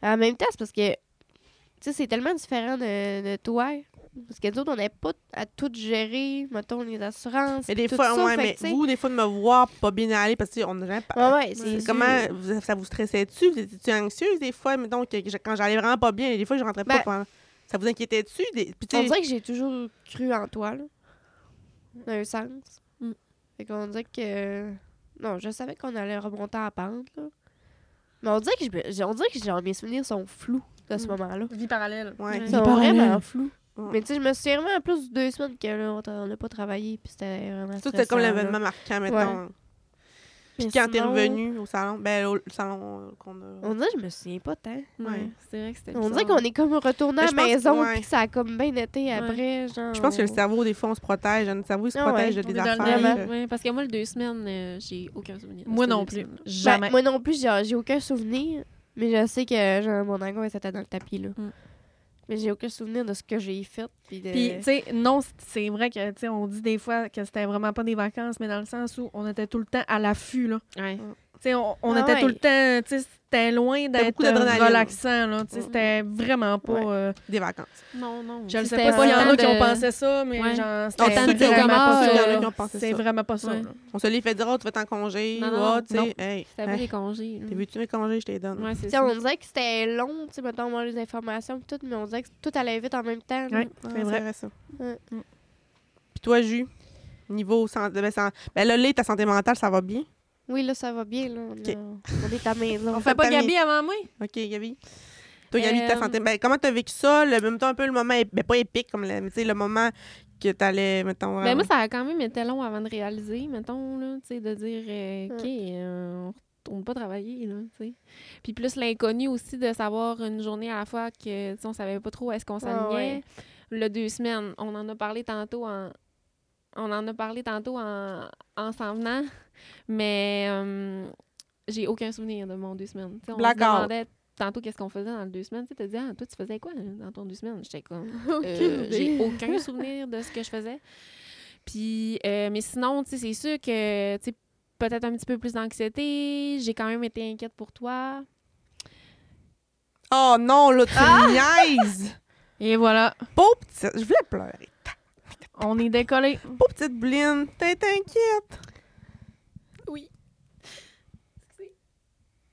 En même temps, c'est parce que. Tu sais, c'est tellement différent de, de toi. Parce que nous autres, on n'est pas à tout gérer, mettons, les assurances. Mais puis des tout fois, ça, ouais, fait que, mais tu sais, vous, des fois, de me voir pas bien aller parce que tu sais, on n'a jamais Ouais, parlé. ouais, c'est. sûr. euh, Comment vous- ça vous stressait-tu? Vous étiez-tu anxieuse des fois? Mais donc, quand j'allais vraiment pas bien, des fois, je rentrais pas Ben, pendant- Ça vous inquiétait-tu? Des- Puis, tu On sais, dirait que j'ai toujours cru en toi, là. D'un sens. Mm. Fait qu'on dirait que. euh, Non, je savais qu'on allait remonter en pente, là. Mais on dirait que, je... me- j'ai- on dirait que genre, mes souvenirs sont flous de ce Mm. moment-là. Vie parallèle. ouais. Ouais. Ils Vie sont parallèle. vraiment flous. Ouais. Mais tu sais, je me souviens vraiment plus de deux semaines que là, on t- on n'a pas travaillé, puis c'était vraiment. Ça, c'était comme stressant, l'événement là. marquant, mettons. Ouais. hein. Mais Puis quand t'es sinon, revenu au salon, ben, au salon euh, qu'on a. On dirait que je me souviens pas tant. Ouais, c'est vrai que c'était. On dirait bizarre. qu'on est comme retourné Mais à la je pense que- maison, ouais. puis que ça a comme bien été après. Genre, Je pense que le on- cerveau, des fois, on se protège. Notre cerveau, il se Ah ouais, protège on de des est dans le affaires. vraiment. euh, Ouais, parce que moi, le deux semaines, euh, j'ai aucun souvenir. de Moi ces non deux plus. semaines-là. Ben, Jamais. moi non plus, genre, j'ai aucun souvenir, mais je sais que genre, mon angoisse était dans le tapis, là. Mm. Mais j'ai aucun souvenir de ce que j'ai fait. Puis de... Puis, tu sais, non, c- c'est vrai que, tu sais, on dit des fois que c'était vraiment pas des vacances, mais dans le sens où on était tout le temps à l'affût, là. Ouais. Tu sais, on, on Ah était tout ouais. le temps, tu sais, c'était loin d'être beaucoup d'adrénaline. euh, relaxant, là. Tu sais, c'était vraiment pas. Ouais. euh, Des vacances. Non, non. je le sais C'était pas s'il y en a qui ont de- pensé ça, mais Ouais. genre, On Autant c'était sait qu'il y en a vraiment vraiment, pas qu'il y en a ça. qui là. ont pensé C'est ça. vraiment pas ça. Ouais. là. On se les fait dire, oh, tu vas en congé. Non, ou, non, Ah, tu non. sais, hey, C'était pas hey, des congés. là. t'as vu-tu mes congés, je t'ai donne. Ouais, c'est Tu sais, ça. on dirait que c'était long, tu sais, mettons, moi, les informations, puis tout, mais on dirait que tout allait vite en même temps. là. Ouais. Ah, C'est c'est vrai. vrai, ça. Ouais. Mm. Puis toi, Jus, niveau santé... Ben, san- ben là, là, ta santé mentale, ça va bien? Oui, là, ça va bien, là. On, a- on est à la [LAUGHS] maison. On Fais fait pas ta Gabi avant moi? OK, Gabi? Toi, Gabi, ta Euh, santé... Ben, comment t'as vécu ça? Le, en même temps, un peu le moment... ép- Ben, pas épique, comme le, mais tu sais, le moment que t'allais, mettons... Ben, euh, moi, ça a quand même été long avant de réaliser, mettons, là, tu sais, de dire, euh, OK, euh, on retourne pas travailler, là, tu sais. Puis plus l'inconnu aussi de savoir une journée à la fois que, tu Ah sais, on savait pas trop est-ce qu'on s'en Ah allait. Le deux semaines, on en a parlé tantôt en, on en a parlé tantôt en, en s'en venant, mais euh, j'ai aucun souvenir de mon deux semaines. Tu sais, on se Blackout. demandait tantôt qu'est-ce qu'on faisait dans le deux semaines. Tu sais, t'as dit, ah, toi, tu faisais quoi hein, dans ton deux semaines? J'étais comme, euh, j'ai aucun souvenir de ce que je faisais. Puis, euh, mais sinon, tu sais, c'est sûr que, tu sais, peut-être un petit peu plus d'anxiété. J'ai quand même été inquiète pour toi. Oh non, là, tu Ah! [LAUGHS] niaises! Et voilà, Pauvre petite, je voulais pleurer. on est décollé. Pauvre petite Bline, t'es inquiète Oui.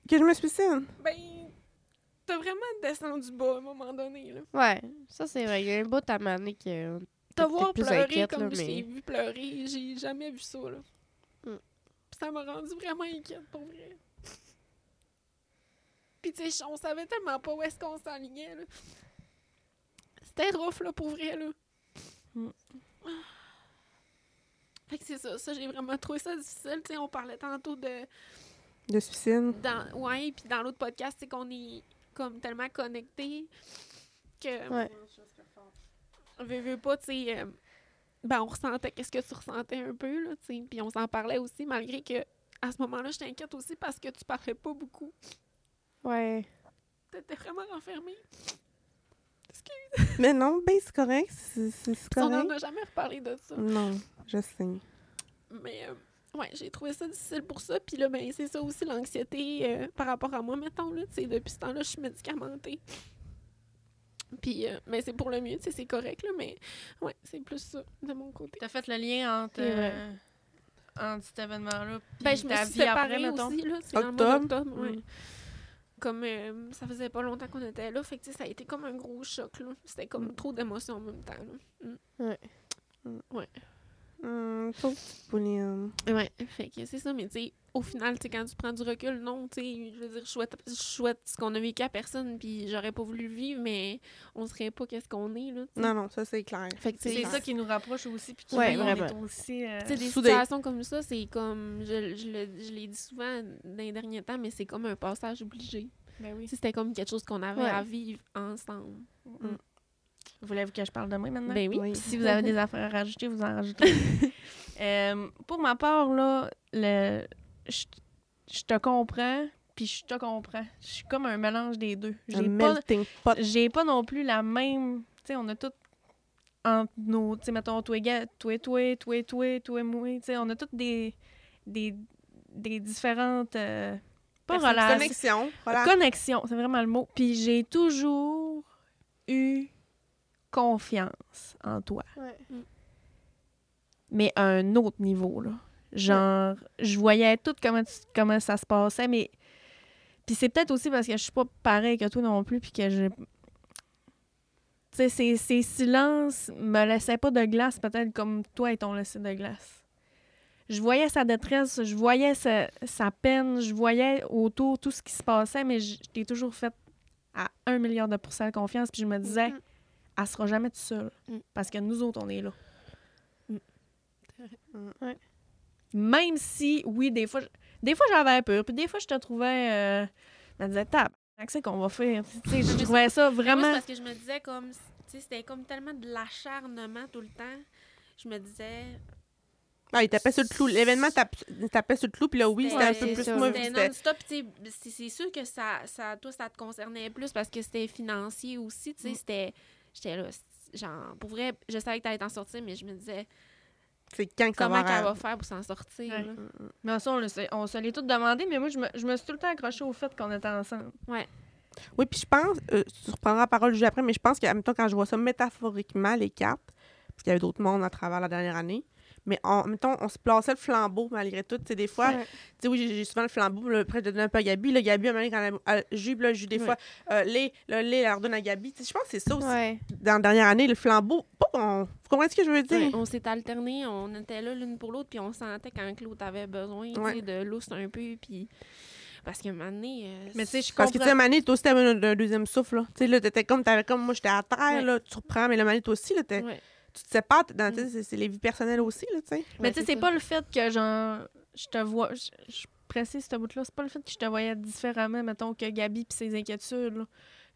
que je me suicide. Ben, t'as vraiment descendu du bas à un moment donné, là. Ouais, ça c'est vrai. Il y a un bout à maner que. Te T'es voir peut-être plus pleurer inquiète, comme là, je t'ai mais- vu pleurer, j'ai jamais vu ça, là. Mm. Puis Ça m'a rendu vraiment inquiète, pour vrai. Puis, tu sais, on savait tellement pas où est-ce qu'on s'enlignait, là. C'était rough, là, pour vrai, là. Mm. Fait que c'est ça, ça, j'ai vraiment trouvé ça difficile. Tu sais, on parlait tantôt de... De Mm. suicide. Dans, ouais, puis dans l'autre podcast, c'est qu'on est comme tellement connectés que... Ouais. veux, veux pas, tu sais, euh, ben, on ressentait qu'est-ce que tu ressentais un peu, là, tu sais. Puis on s'en parlait aussi, malgré que à ce moment-là, je t'inquiète aussi parce que tu parlais pas beaucoup. Ouais. T'étais vraiment renfermée. Excuse. Mais non, ben c'est correct. C'est c'est- c'est On n'en correct. a jamais reparlé de ça. Non, je sais. Mais, euh, ouais, j'ai trouvé ça difficile pour ça. Puis là, ben, c'est ça aussi, l'anxiété euh, par rapport à moi, mettons, là, tu sais. Depuis ce temps-là, je suis médicamentée. Puis, euh, mais c'est pour le mieux, tu sais, c'est correct, là, mais ouais, c'est plus ça de mon côté. T'as fait le lien entre, C'est vrai. euh, entre cet événement-là Ben, puis je me ta suis vie après, séparée mettons. aussi, là. C'est dans le mois Octobre. d'octobre, ouais. Mm. Comme euh, ça faisait pas longtemps qu'on était là, fait que tu sais, ça a été comme un gros choc, là. C'était comme trop d'émotions en même temps, là. Hum, pauvre petite Bline. Ouais, fait que c'est ça, mais tu sais, au final, tu sais, quand tu prends du recul, non, tu sais, je veux dire, je souhaite, je souhaite ce qu'on a vécu à personne, puis j'aurais pas voulu le vivre, mais on serait pas qu'est-ce qu'on est, là. tu sais. Non, non, ça c'est clair. Fait que tu sais, C'est ça qui nous rapproche aussi, puis qui Ouais, fait qu'on vraiment. est aussi... euh, Tu sais, des Soudé. situations comme ça, c'est comme, je, je, le- je l'ai dit souvent dans les derniers temps, mais c'est comme un passage obligé. ben oui. Tu sais, C'était comme quelque chose qu'on avait Ouais. à vivre ensemble. Voulez-vous que je parle de moi maintenant? Ben oui. Oui. Puis Si vous avez des affaires à rajouter, vous en [LAUGHS] rajoutez. Euh, pour ma part, là, le... je je te comprends, puis je te comprends. Je suis comme un mélange des deux. Un J'ai pas, melting pot. j'ai pas non plus la même... Tu sais, on a toutes entre nos... Tu sais, mettons, toi, ga- toi, toi, toi, toi, toi, moi. Tu sais, on a toutes des, des, des différentes... euh, pas Personnes relations. Connexion. Voilà. Connexion, c'est vraiment le mot. Puis j'ai toujours eu confiance en toi. Mm. Ouais. mais à un autre niveau, là. Genre, je voyais tout comment, tu- comment ça se passait, mais... Puis c'est peut-être aussi parce que je suis pas pareil que toi non plus, puis que je... Tu sais, ces, ces silences me laissaient pas de glace, peut-être comme toi et ton laissé de glace. Je voyais sa détresse, je voyais sa, sa peine, je voyais autour tout ce qui se passait, mais je je t'ai toujours fait à un milliard de pourcents confiance, puis je me disais, Mhm. elle sera jamais toute seule, Mm. parce que nous autres, on est là. Ouais. Même si, oui, des fois, je- des fois j'avais peur, puis des fois je te trouvais, euh, je me disais, tab, c'est qu'on va faire. Tu sais, je trouvais Moi, ça c'est vraiment. parce que je me disais comme, tu sais, c'était comme tellement de l'acharnement tout le temps. Je me disais. Ah, il tapait sur le clou. L'événement tape- tapait sur le clou, puis là, oui, c'était un peu ben, c'est plus ça. moi. C'était vu que c'était- non-stop. tu sais, C'est c'est sûr que ça, ça, toi, ça te concernait plus parce que c'était financier aussi. Mm. Tu sais, c'était. J'étais là. c'est- Genre, pour vrai, je savais que t'allais t'en sortir, mais je me disais, C'est quand que ça comment va elle va arrêter? faire pour s'en sortir? Ouais. là? Mais ça, on, le sait- on se l'est tous demandé, mais moi, je me, je me suis tout le temps accrochée au fait qu'on était ensemble. Oui, puis je pense, euh, tu reprendras la parole juste après, mais je pense que, admettons, quand je vois ça métaphoriquement, les cartes, parce qu'il y avait d'autres mondes à travers la dernière année, mais en même temps, on se plaçait le flambeau malgré tout. Tu sais, des fois, Ouais. tu sais, oui, j'ai- j'ai souvent le flambeau, là, après, je donne un peu à Gabi. Là, Gabi, à un moment donné, quand elle, elle jupe, là, je des Ouais. fois, euh, les, le lait, elle leur donne à Gabi. Tu sais, je pense que c'est ça aussi. Ouais. Dans la dernière année, le flambeau, pas on... vous comprenez ce que je veux dire? On s'est alternés, on était là l'une pour l'autre, puis on sentait quand que l'autre avait besoin tu sais, Ouais. de lousse un peu, puis. Parce que un moment donné, euh, Mais tu sais, je Parce que, tu sais, comprends. à un moment donné, toi aussi, t'avais un, un deuxième souffle, là. Tu sais, là, t'étais comme, t'avais comme, moi, j'étais à terre, Ouais. là, tu reprends, mais le manette aussi, là, t'es- Ouais. tu te sépares, t'es dans- tu sais, c'est- c'est les vies personnelles aussi, là, tu sais. Mais Ouais, tu c'est sais, Ben, c'est ça. pas le fait que, genre, je te vois. Je, je précise ce bout-là, c'est pas le fait que je te voyais différemment, mettons, que Gabi puis ses inquiétudes. là.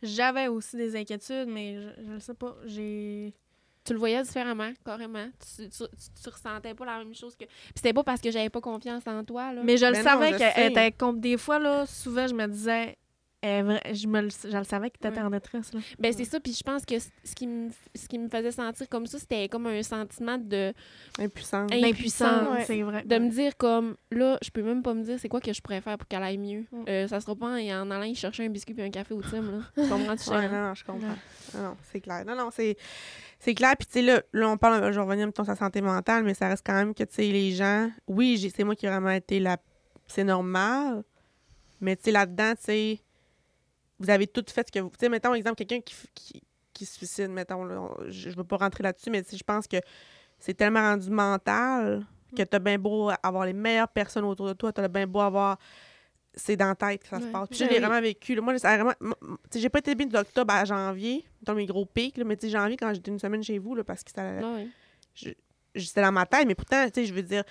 J'avais aussi des inquiétudes, mais je, je le sais pas. J'ai. tu le voyais différemment, carrément. Tu, tu, tu- tu ressentais pas la même chose que. Puis c'était pas parce que j'avais pas confiance en toi, là. Mais je le Ben non, savais je qu'elle sais. elle était contre. Des fois, là, souvent, je me disais, elle est vra- je, me le... je le savais que t'étais Ouais. en détresse. Là. Ben c'est ça, puis je pense que c- ce qui me f- ce qui me faisait sentir comme ça, c'était comme un sentiment de Impuissante. impuissance, L'impuissance, c'est vrai. de me dire comme là, je peux même pas me dire c'est quoi que je pourrais faire pour qu'elle aille mieux. Mm. Euh, ça sera pas en, en allant y chercher un biscuit puis un café au Tim là. Tu comprends tu Ouais, Sharon? non, non, je comprends. Non, non, c'est clair. Non, non, c'est, c'est clair. Puis, tu sais, là, là, on parle, je vais revenir sur sa santé mentale, mais ça reste quand même que, tu sais, les gens, oui, j'ai, c'est moi qui ai vraiment été la. C'est normal, mais, tu sais, là-dedans, tu sais, vous avez tout fait ce que vous. Tu sais, mettons, exemple, quelqu'un qui, f- qui, qui se suicide, mettons, là, on- je, je veux pas rentrer là-dessus, mais, tu sais, je pense que c'est tellement rendu mental que Mm. t'as bien beau avoir les meilleures personnes autour de toi, t'as bien beau avoir. C'est dans la tête que ça se Ouais. passe. Puis, je Ben l'ai oui. vraiment vécu. là. Moi, ça a vraiment. m- m- tu sais, j'ai pas été bien d'octobre à janvier, dans mes gros pics, là, mais tu sais, janvier, quand j'étais une semaine chez vous, là, parce que ça, Ah oui. j'étais dans ma tête, mais pourtant, tu sais, je veux dire,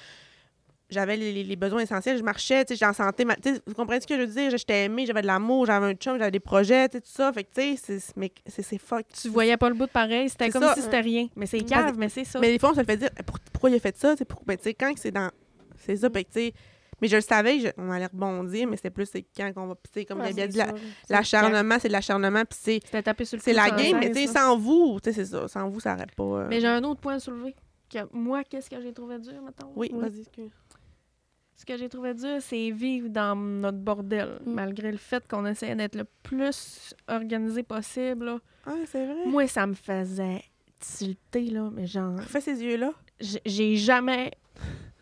j'avais les, les- les besoins essentiels, je marchais, tu sais, j'en sentais, ma- tu sais, vous comprenez ce que je veux dire? J'étais aimée, j'avais de l'amour, j'avais un chum, j'avais des projets, tu sais, tout ça, fait que, tu sais, c'est- mais c'est c'est fuck. Tu voyais pas le bout de pareil. C'était C'est comme ça. si c'était rien. Mais c'est Parce- grave, mais c'est ça. Mais des fois, on se le fait dire, Pour- pourquoi il a fait ça? tu sais, pour- ben, tu sais, quand que c'est dans. C'est ça, fait que, tu sais, mais je le savais, je- on allait rebondir, mais c'est plus c'est quand on va. Puis, tu sais, comme Ouais, j'avais c'est dit, la- sûr. l'acharnement, c'est de l'acharnement, puis c'est. C'était tapé sur le C'est cou la sans game, arrêt, mais tu sais, ça. sans vous, tu sais, c'est ça. Sans vous, ça n'aurait pas. euh, Mais j'ai un autre point à soulever. Que moi, qu'est-ce que j'ai trouvé dur, maintenant? Oui, vas-y. excuse. Ce que j'ai trouvé dur, c'est vivre dans notre bordel, Mm. malgré le fait qu'on essayait d'être le plus organisé possible. là. Ah, c'est vrai. Moi, ça me faisait tilter, là, mais genre, Fais ces yeux-là. j- j'ai jamais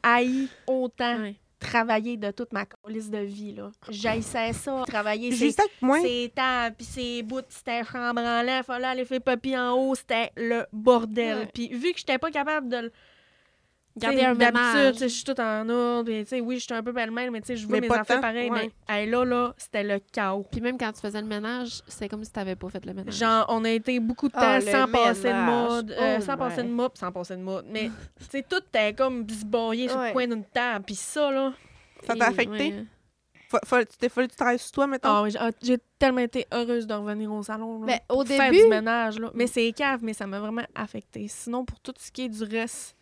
haï autant Ouais. travailler de toute ma liste de vie, là. J'haïssais ça, travailler, J'ai ça c'est que moi. C'était puis ses bouts, c'était chambranlant, fallait aller faire papy en haut, c'était le bordel. Ouais. Puis vu que j'étais pas capable de le- Garder T'sais, un D'habitude, ménage. t'sais, je suis tout en ordre, puis t'sais, oui, je suis un peu pêle-mêle, mais t'sais, je vois Mais mes pas enfants tant, pareil, ouais. mais hey, là, là, c'était le chaos. Puis même quand tu faisais le ménage, c'est comme si t'avais pas fait le ménage. Genre, on a été beaucoup de temps Ah, le sans passer de ménage. mode, euh, Oh sans passer de my. mode, sans passer de mode. [LAUGHS] Mais, tu sais, tout était comme bisboyé sur le Ouais. coin d'une table. Puis ça, là, Ça Et- t'a affecté? ouais. Faut- faut- Tu t'es fallu que tu travailles sur toi, mettons? ah, j'ai- ah, j'ai tellement été heureuse de revenir au salon. Là, Mais Ben, au pour faire début- du ménage, là. Mais c'est cave, mais ça m'a vraiment affectée. Sinon, pour tout ce qui est du reste,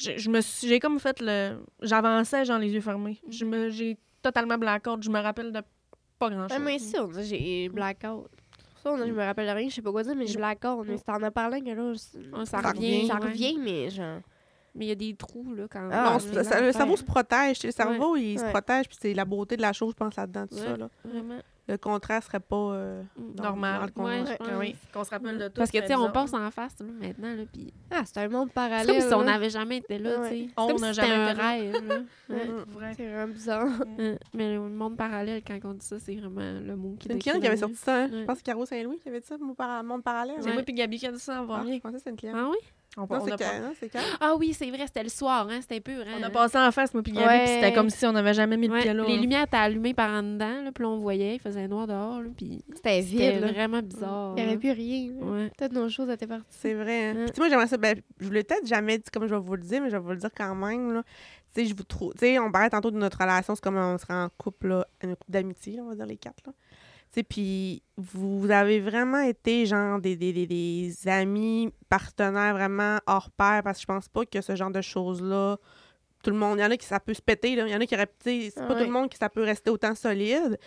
je, je me suis, j'ai comme fait le. J'avançais, genre, les yeux fermés. Je me, j'ai totalement blackout. Je me rappelle de pas grand-chose. Ouais, moi ici, on dirait que j'ai blackout. Ça, on dirait que je me rappelle de rien, je sais pas quoi dire, mais j'ai blackout. Mais c'est en en parlant que là, c'est- Ouais, ça Ça revient. ça ouais. revient, mais genre. Mais il y a des trous là quand Ah, Non, même, c'est- là. ça- le l'enfer. cerveau se protège. tu sais, Le cerveau, il se Ouais. protège, puis c'est la beauté de la chose, je pense, là-dedans, tout ça. Ouais. Là. Vraiment. Le contraire serait pas euh, Mm. dans- Normal. dans le contraire. Ouais, je Que Ah oui, pense. qu'on se rappelle de tout. Parce que, c'était tu sais, on bizarre. passe en face, là, maintenant, là, puis... Ah, c'est un monde C'est parallèle. comme si on là. n'avait jamais été là, Ouais. tu sais. On C'est comme n'a si c'était jamais un été là. rêve, là. Ouais. Mm. euh, Vrai. C'est vraiment bizarre. Ouais. Mais le monde parallèle, quand on dit ça, c'est vraiment le mot qui C'est une décrit cliente qui le mieux. avait sorti ça, hein? Ouais. Je pense que Caro Saint-Louis qui avait dit ça, mon, par- mon parallèle. C'est Ouais. moi puis Gabi qui a dit ça en Ah, premier. je pensais que c'était une cliente. Ah oui? On, Non, on c'est a pas- Caro. Non, c'est Caro. Ah oui, c'est vrai, c'était le soir, hein, c'était pur, hein. on a passé en face, moi puis Gabi, Ouais. puis c'était comme si on n'avait jamais mis le Ouais, pied là. les là. lumières étaient allumées par en dedans, là, puis là, on voyait, il faisait noir dehors, là, puis c'était C'était vide, là. Mm. vraiment bizarre. Il n'y là. avait plus rien. là. Ouais. Toutes nos choses étaient parties. C'est vrai. hein. Ouais. Puis, tu sais, moi, j'aimerais ça. Ben, je voulais peut-être jamais dit comme je vais vous le dire, mais je vais vous le dire quand même. Là. Tu sais, je vous trouve. Tu sais, on parlait tantôt de notre relation, c'est comme on serait en couple, là, une couple d'amitié, là, on va dire les quatre. Là. Tu sais, puis vous avez vraiment été, genre, des, des, des, des amis, partenaires vraiment hors pair, parce que je pense pas que ce genre de choses-là. Tout le monde, il y en a qui ça peut se péter, là. il y en a qui auraient. tu sais, C'est pas Ouais. tout le monde qui ça peut rester autant solide.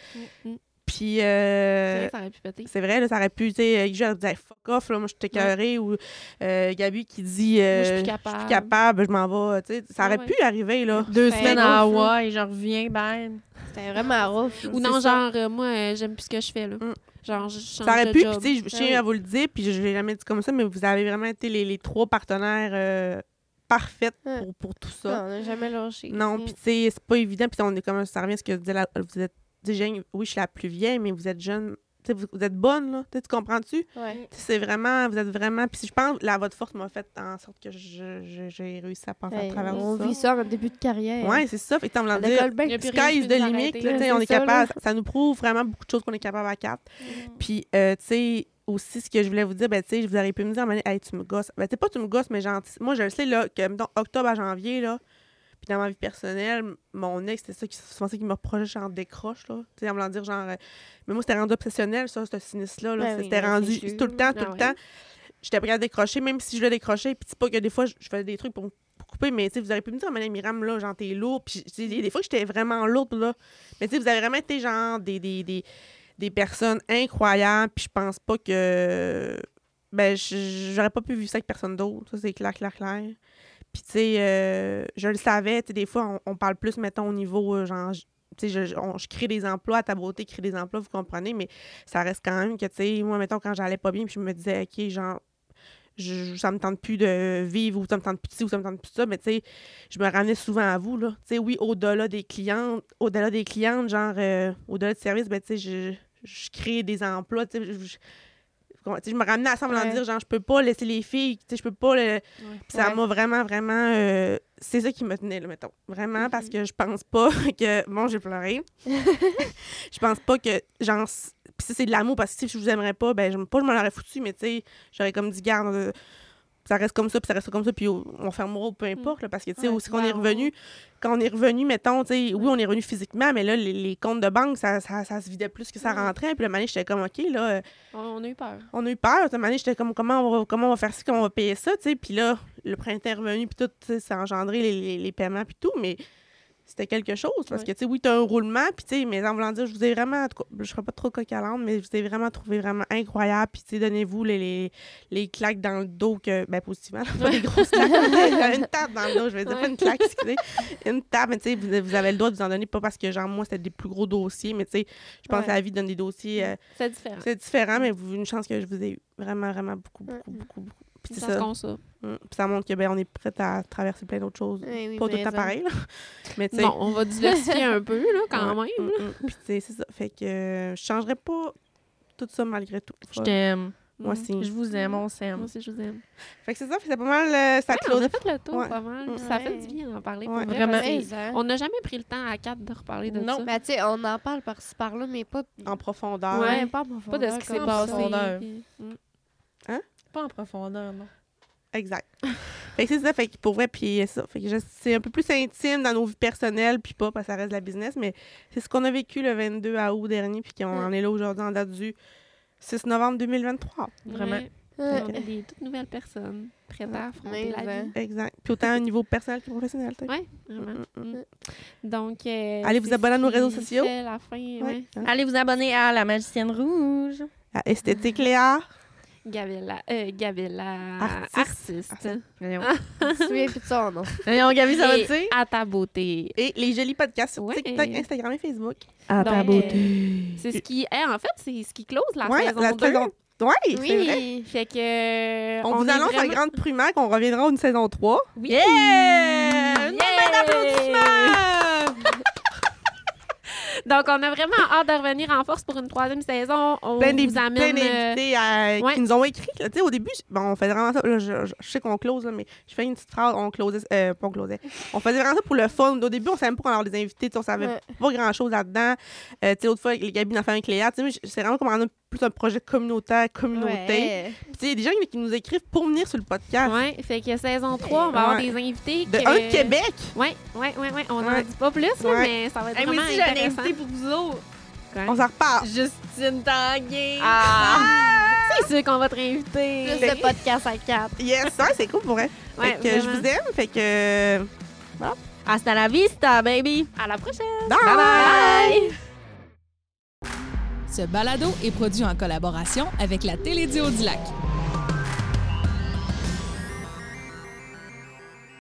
Mm. Puis. C'est euh, vrai, ça aurait pu péter. c'est vrai, là, ça aurait pu, tu sais, Guy, j'aurais dit, Hey, fuck off, là, moi, je suis écœurée, ou euh, Gabi qui dit, euh, Moi, je suis plus je capable. suis capable, je m'en vais, tu sais, ça Ah aurait ouais. pu arriver, là. Deux Ben, semaines gros, à là. Hawaï, je reviens, ben. C'était vraiment rough. Ou c'est non, ça. genre, euh, moi, euh, j'aime plus ce que je fais, là. Mm. Genre, je change Ça aurait de pu, puis job. Ben tu sais, je je Ah tiens oui. à vous le dire, puis je, je l'ai jamais dit comme ça, mais vous avez vraiment été les, les trois partenaires euh, parfaits Ouais. pour, pour tout ça. Non, on n'a jamais lâché. Non, puis tu sais, c'est pas évident. Puis on est comme ça revient à ce que disait la- vous êtes. tu sais, jeune, oui, je suis la plus vieille, mais vous êtes jeune. Tu sais, Vous, vous êtes bonne, là. Tu sais, tu comprends-tu? Ouais. Tu sais, C'est vraiment, vous êtes vraiment. Puis je pense, la votre force m'a fait en sorte que je- je- j'ai réussi à passer Hey, à travers on ça. vit ça hein. en début de carrière. ben, Ouais, c'est ça. Fait que t'as envie ça de dire, décolle bien. Y a plus rien qui sky peut is the nous limit. arrêter, là, là, tu sais, on c'est est ça, capable. là. Mm. Ça nous prouve vraiment beaucoup de choses qu'on est capable à quatre. Puis, euh, tu sais, aussi, ce que je voulais vous dire, ben, tu sais, vous auriez pu me dire, à un moment donné, hey, tu me gosses. Ben, tu sais, pas tu me gosses, mais gentil. Moi, je le sais, là, que, mettons, octobre à janvier, là, puis dans ma vie personnelle, mon ex, c'était ça qui, souvent ça qui me reprochait, genre, décroche, là. Tu sais, en me dire, genre, euh, mais moi, c'était rendu obsessionnel, ça, ce sinistre-là. là. Ben oui, c'était ben, rendu c'est sûr. tout le temps, tout Ah le ouais. temps. j'étais prête à décrocher, même si je le décrochais. Puis c'est pas que des fois, je, je faisais des trucs pour, pour couper, mais tu sais, vous auriez pu me dire, Madame Miram, là, genre, t'es lourd. Puis tu sais, des fois, j'étais vraiment lourde, là. Mais tu sais, vous avez vraiment été, genre, des, des, des, des personnes incroyables. Puis je pense pas que. Ben, je- j'aurais pas pu vivre ça avec personne d'autre. Ça, c'est clair, clair, clair. Puis, tu sais, euh, je le savais, tu sais, des fois, on, on parle plus, mettons, au niveau, euh, genre, j- tu sais, je, on- je crée des emplois, ta beauté crée des emplois, vous comprenez, mais ça reste quand même que, tu sais, moi, mettons, quand j'allais pas bien, puis je me disais, OK, genre, je, je- ça me tente plus de vivre, ou ça me tente plus de ci, ou ça me tente plus de ça, mais tu sais, je me ramenais souvent à vous, là. Tu sais, oui, au-delà des clientes, au-delà des clientes, genre, euh, au-delà du service, ben, tu sais, je, je crée des emplois, tu sais, je, je- tu sais, je me ramenais à ça en voulant Ouais. dire, genre, je peux pas laisser les filles, tu sais, je peux pas... le- puis ça Ouais. m'a vraiment, vraiment. euh, c'est ça qui me tenait, là, mettons. Vraiment, parce Mhm. que je pense pas [LAUGHS] que. Bon, j'ai [LAUGHS] pleuré. je pense pas que. Genre. c- Puis ça, c'est de l'amour, parce que si je vous aimerais pas, ben, j'aime pas, je m'en aurais foutu, mais tu sais, j'aurais comme dit, garde. euh, ça reste comme ça, puis ça reste comme ça, puis on on fermera, ou peu importe, là, parce que, tu sais, Mm. Ouais, aussi qu'on est ben, on- revenu, quand on est revenu, mettons, tu sais, oui, on est revenu physiquement, mais là, les, les comptes de banque, ça, ça, ça se vidait plus que ça Ouais. rentrait, puis le moment, j'étais comme, OK, là, euh, On, on a eu peur. on a eu peur. cette année, j'étais comme, comment on, va, comment on va faire ça, comment on va payer ça, tu sais. Puis là, le printemps est revenu, puis tout, tu sais, ça a engendré les, les- les paiements, puis tout, mais c'était quelque chose. Parce que, tu sais, oui, tu as un roulement, puis, tu sais, mais en voulant dire, je vous ai vraiment, en tout cas, je ne serai pas trop coqualante, mais je vous ai vraiment trouvé vraiment incroyable, puis, tu sais, donnez-vous les, les, les claques dans le dos, que, ben, positivement, là, pas des grosses claques, mais [LAUGHS] une tape dans le dos, je vais dire, pas une claque, excusez, une tape, mais, tu sais, vous, vous avez le droit de vous en donner, pas parce que, genre, moi, c'était des plus gros dossiers, mais, tu sais, je pense Ouais. à la vie de donner des dossiers. euh, C'est différent. c'est différent, mais vous, une chance que je vous ai eu. Vraiment, vraiment beaucoup, Ouais. beaucoup, beaucoup, beaucoup. Puis C'est c'est ça. ça. ça. Mm. Puis ça montre que ben, on est prête à traverser plein d'autres choses. Eh oui, Pas tout mais ça. appareil, là. [LAUGHS] Mais tu sais. Non, on va [LAUGHS] diversifier un peu, là, quand ouais. même. Mm, mm. Puis tu sais, c'est ça. Fait que euh, je changerais pas tout ça malgré tout. Je Faut- t'aime. mm, Moi aussi. Je vous aime, on s'aime. Moi aussi, je vous aime. Fait que c'est ça, fait que c'est pas mal. euh, ça Ouais, Ah, on close. a fait le tour Ouais. pas mal. puis Mm. Ça fait Ouais. du bien d'en parler. Ouais. pour vrai, Vraiment. parce que Mais, hein. On n'a jamais pris le temps à quatre de reparler de Non. ça. Ben, tu sais, on en parle par-ci par-là, mais pas. En profondeur. Ouais. pas, Pas de ce qui s'est comme passé. Mm. ça. Profondeur. puis- Pas en profondeur, non. Exact. fait que c'est ça. Fait que pour vrai, puis c'est ça. Fait que je- c'est un peu plus intime dans nos vies personnelles, puis pas parce que ça reste de la business, mais c'est ce qu'on a vécu le 22 à août dernier, puis qu'on en est là aujourd'hui en date du 6 novembre 2023. Vraiment. Ouais. Ouais. On est des toutes nouvelles personnes prêtes à affronter Mais, la hein. vie. Exact. Puis autant au niveau personnel que professionnel. t'sais. Oui, vraiment. Mm, mm, mm. Donc, euh, Allez vous c'est abonner à ce nos réseaux qui sociaux. fait la fin, Eh ouais. Ouais. Hein? Allez vous abonner à La Magicienne Rouge. À Esthétique Léa. Gabella, euh, Gabella, Artiste. artiste. Voyons, souviens plus de son nom. Voyons, Gabi, ça va Et te dire? à ta beauté. Et les jolis podcasts sur Ouais. TikTok, Instagram et Facebook. À ta beauté. euh, C'est ce qui, eh, en fait, c'est ce qui close la Ouais, saison la 2. saison. Ouais, c'est vrai. Oui. Fait que euh, On, vous est annonce vraiment- la grande primaire qu'on reviendra une saison 3. Oui. Yeah! Une Yeah! [LAUGHS] Donc, on a vraiment hâte de revenir en force pour une troisième saison. On plein vous d'invi- plein amène. euh, d'invités euh, ouais. qui nous ont écrit. là. Tu sais, au début, j- bon, on faisait vraiment ça. là, je, je- je sais qu'on close, là, mais je fais une petite phrase. On closait, euh, pas on closait. On faisait vraiment ça pour le fun. Au début, on savait pas qu'on allait avoir des invités. tu sais, On savait Ouais. pas grand-chose là-dedans. Euh, tu sais, l'autre fois, avec les cabines d'enfants avec Léa, tu sais, je- c'est vraiment comme on a plus un projet communautaire, communauté. Ouais. Puis, tu sais, il y a des gens qui nous écrivent pour venir sur le podcast. ouais, fait que saison 3, on va avoir Ouais. des invités. De que- un de Québec! Ouais, ouais, ouais, ouais. On n'en Ouais. dit pas plus, là, Ouais. mais ça va être Hey, vraiment moi aussi, j'ai un intéressant. invité pour vous autres. On s'en repart! Justine Tanguay. Ah! C'est sûr qu'on va te réinviter. Plus de podcast à quatre. Yes, ouais, c'est cool pour vrai. Ouais, Fait que je vraiment. vous aime. Fait que. Hasta la vista, baby. À la prochaine! bye. Bye! Ce balado est produit en collaboration avec la Télédio du Lac.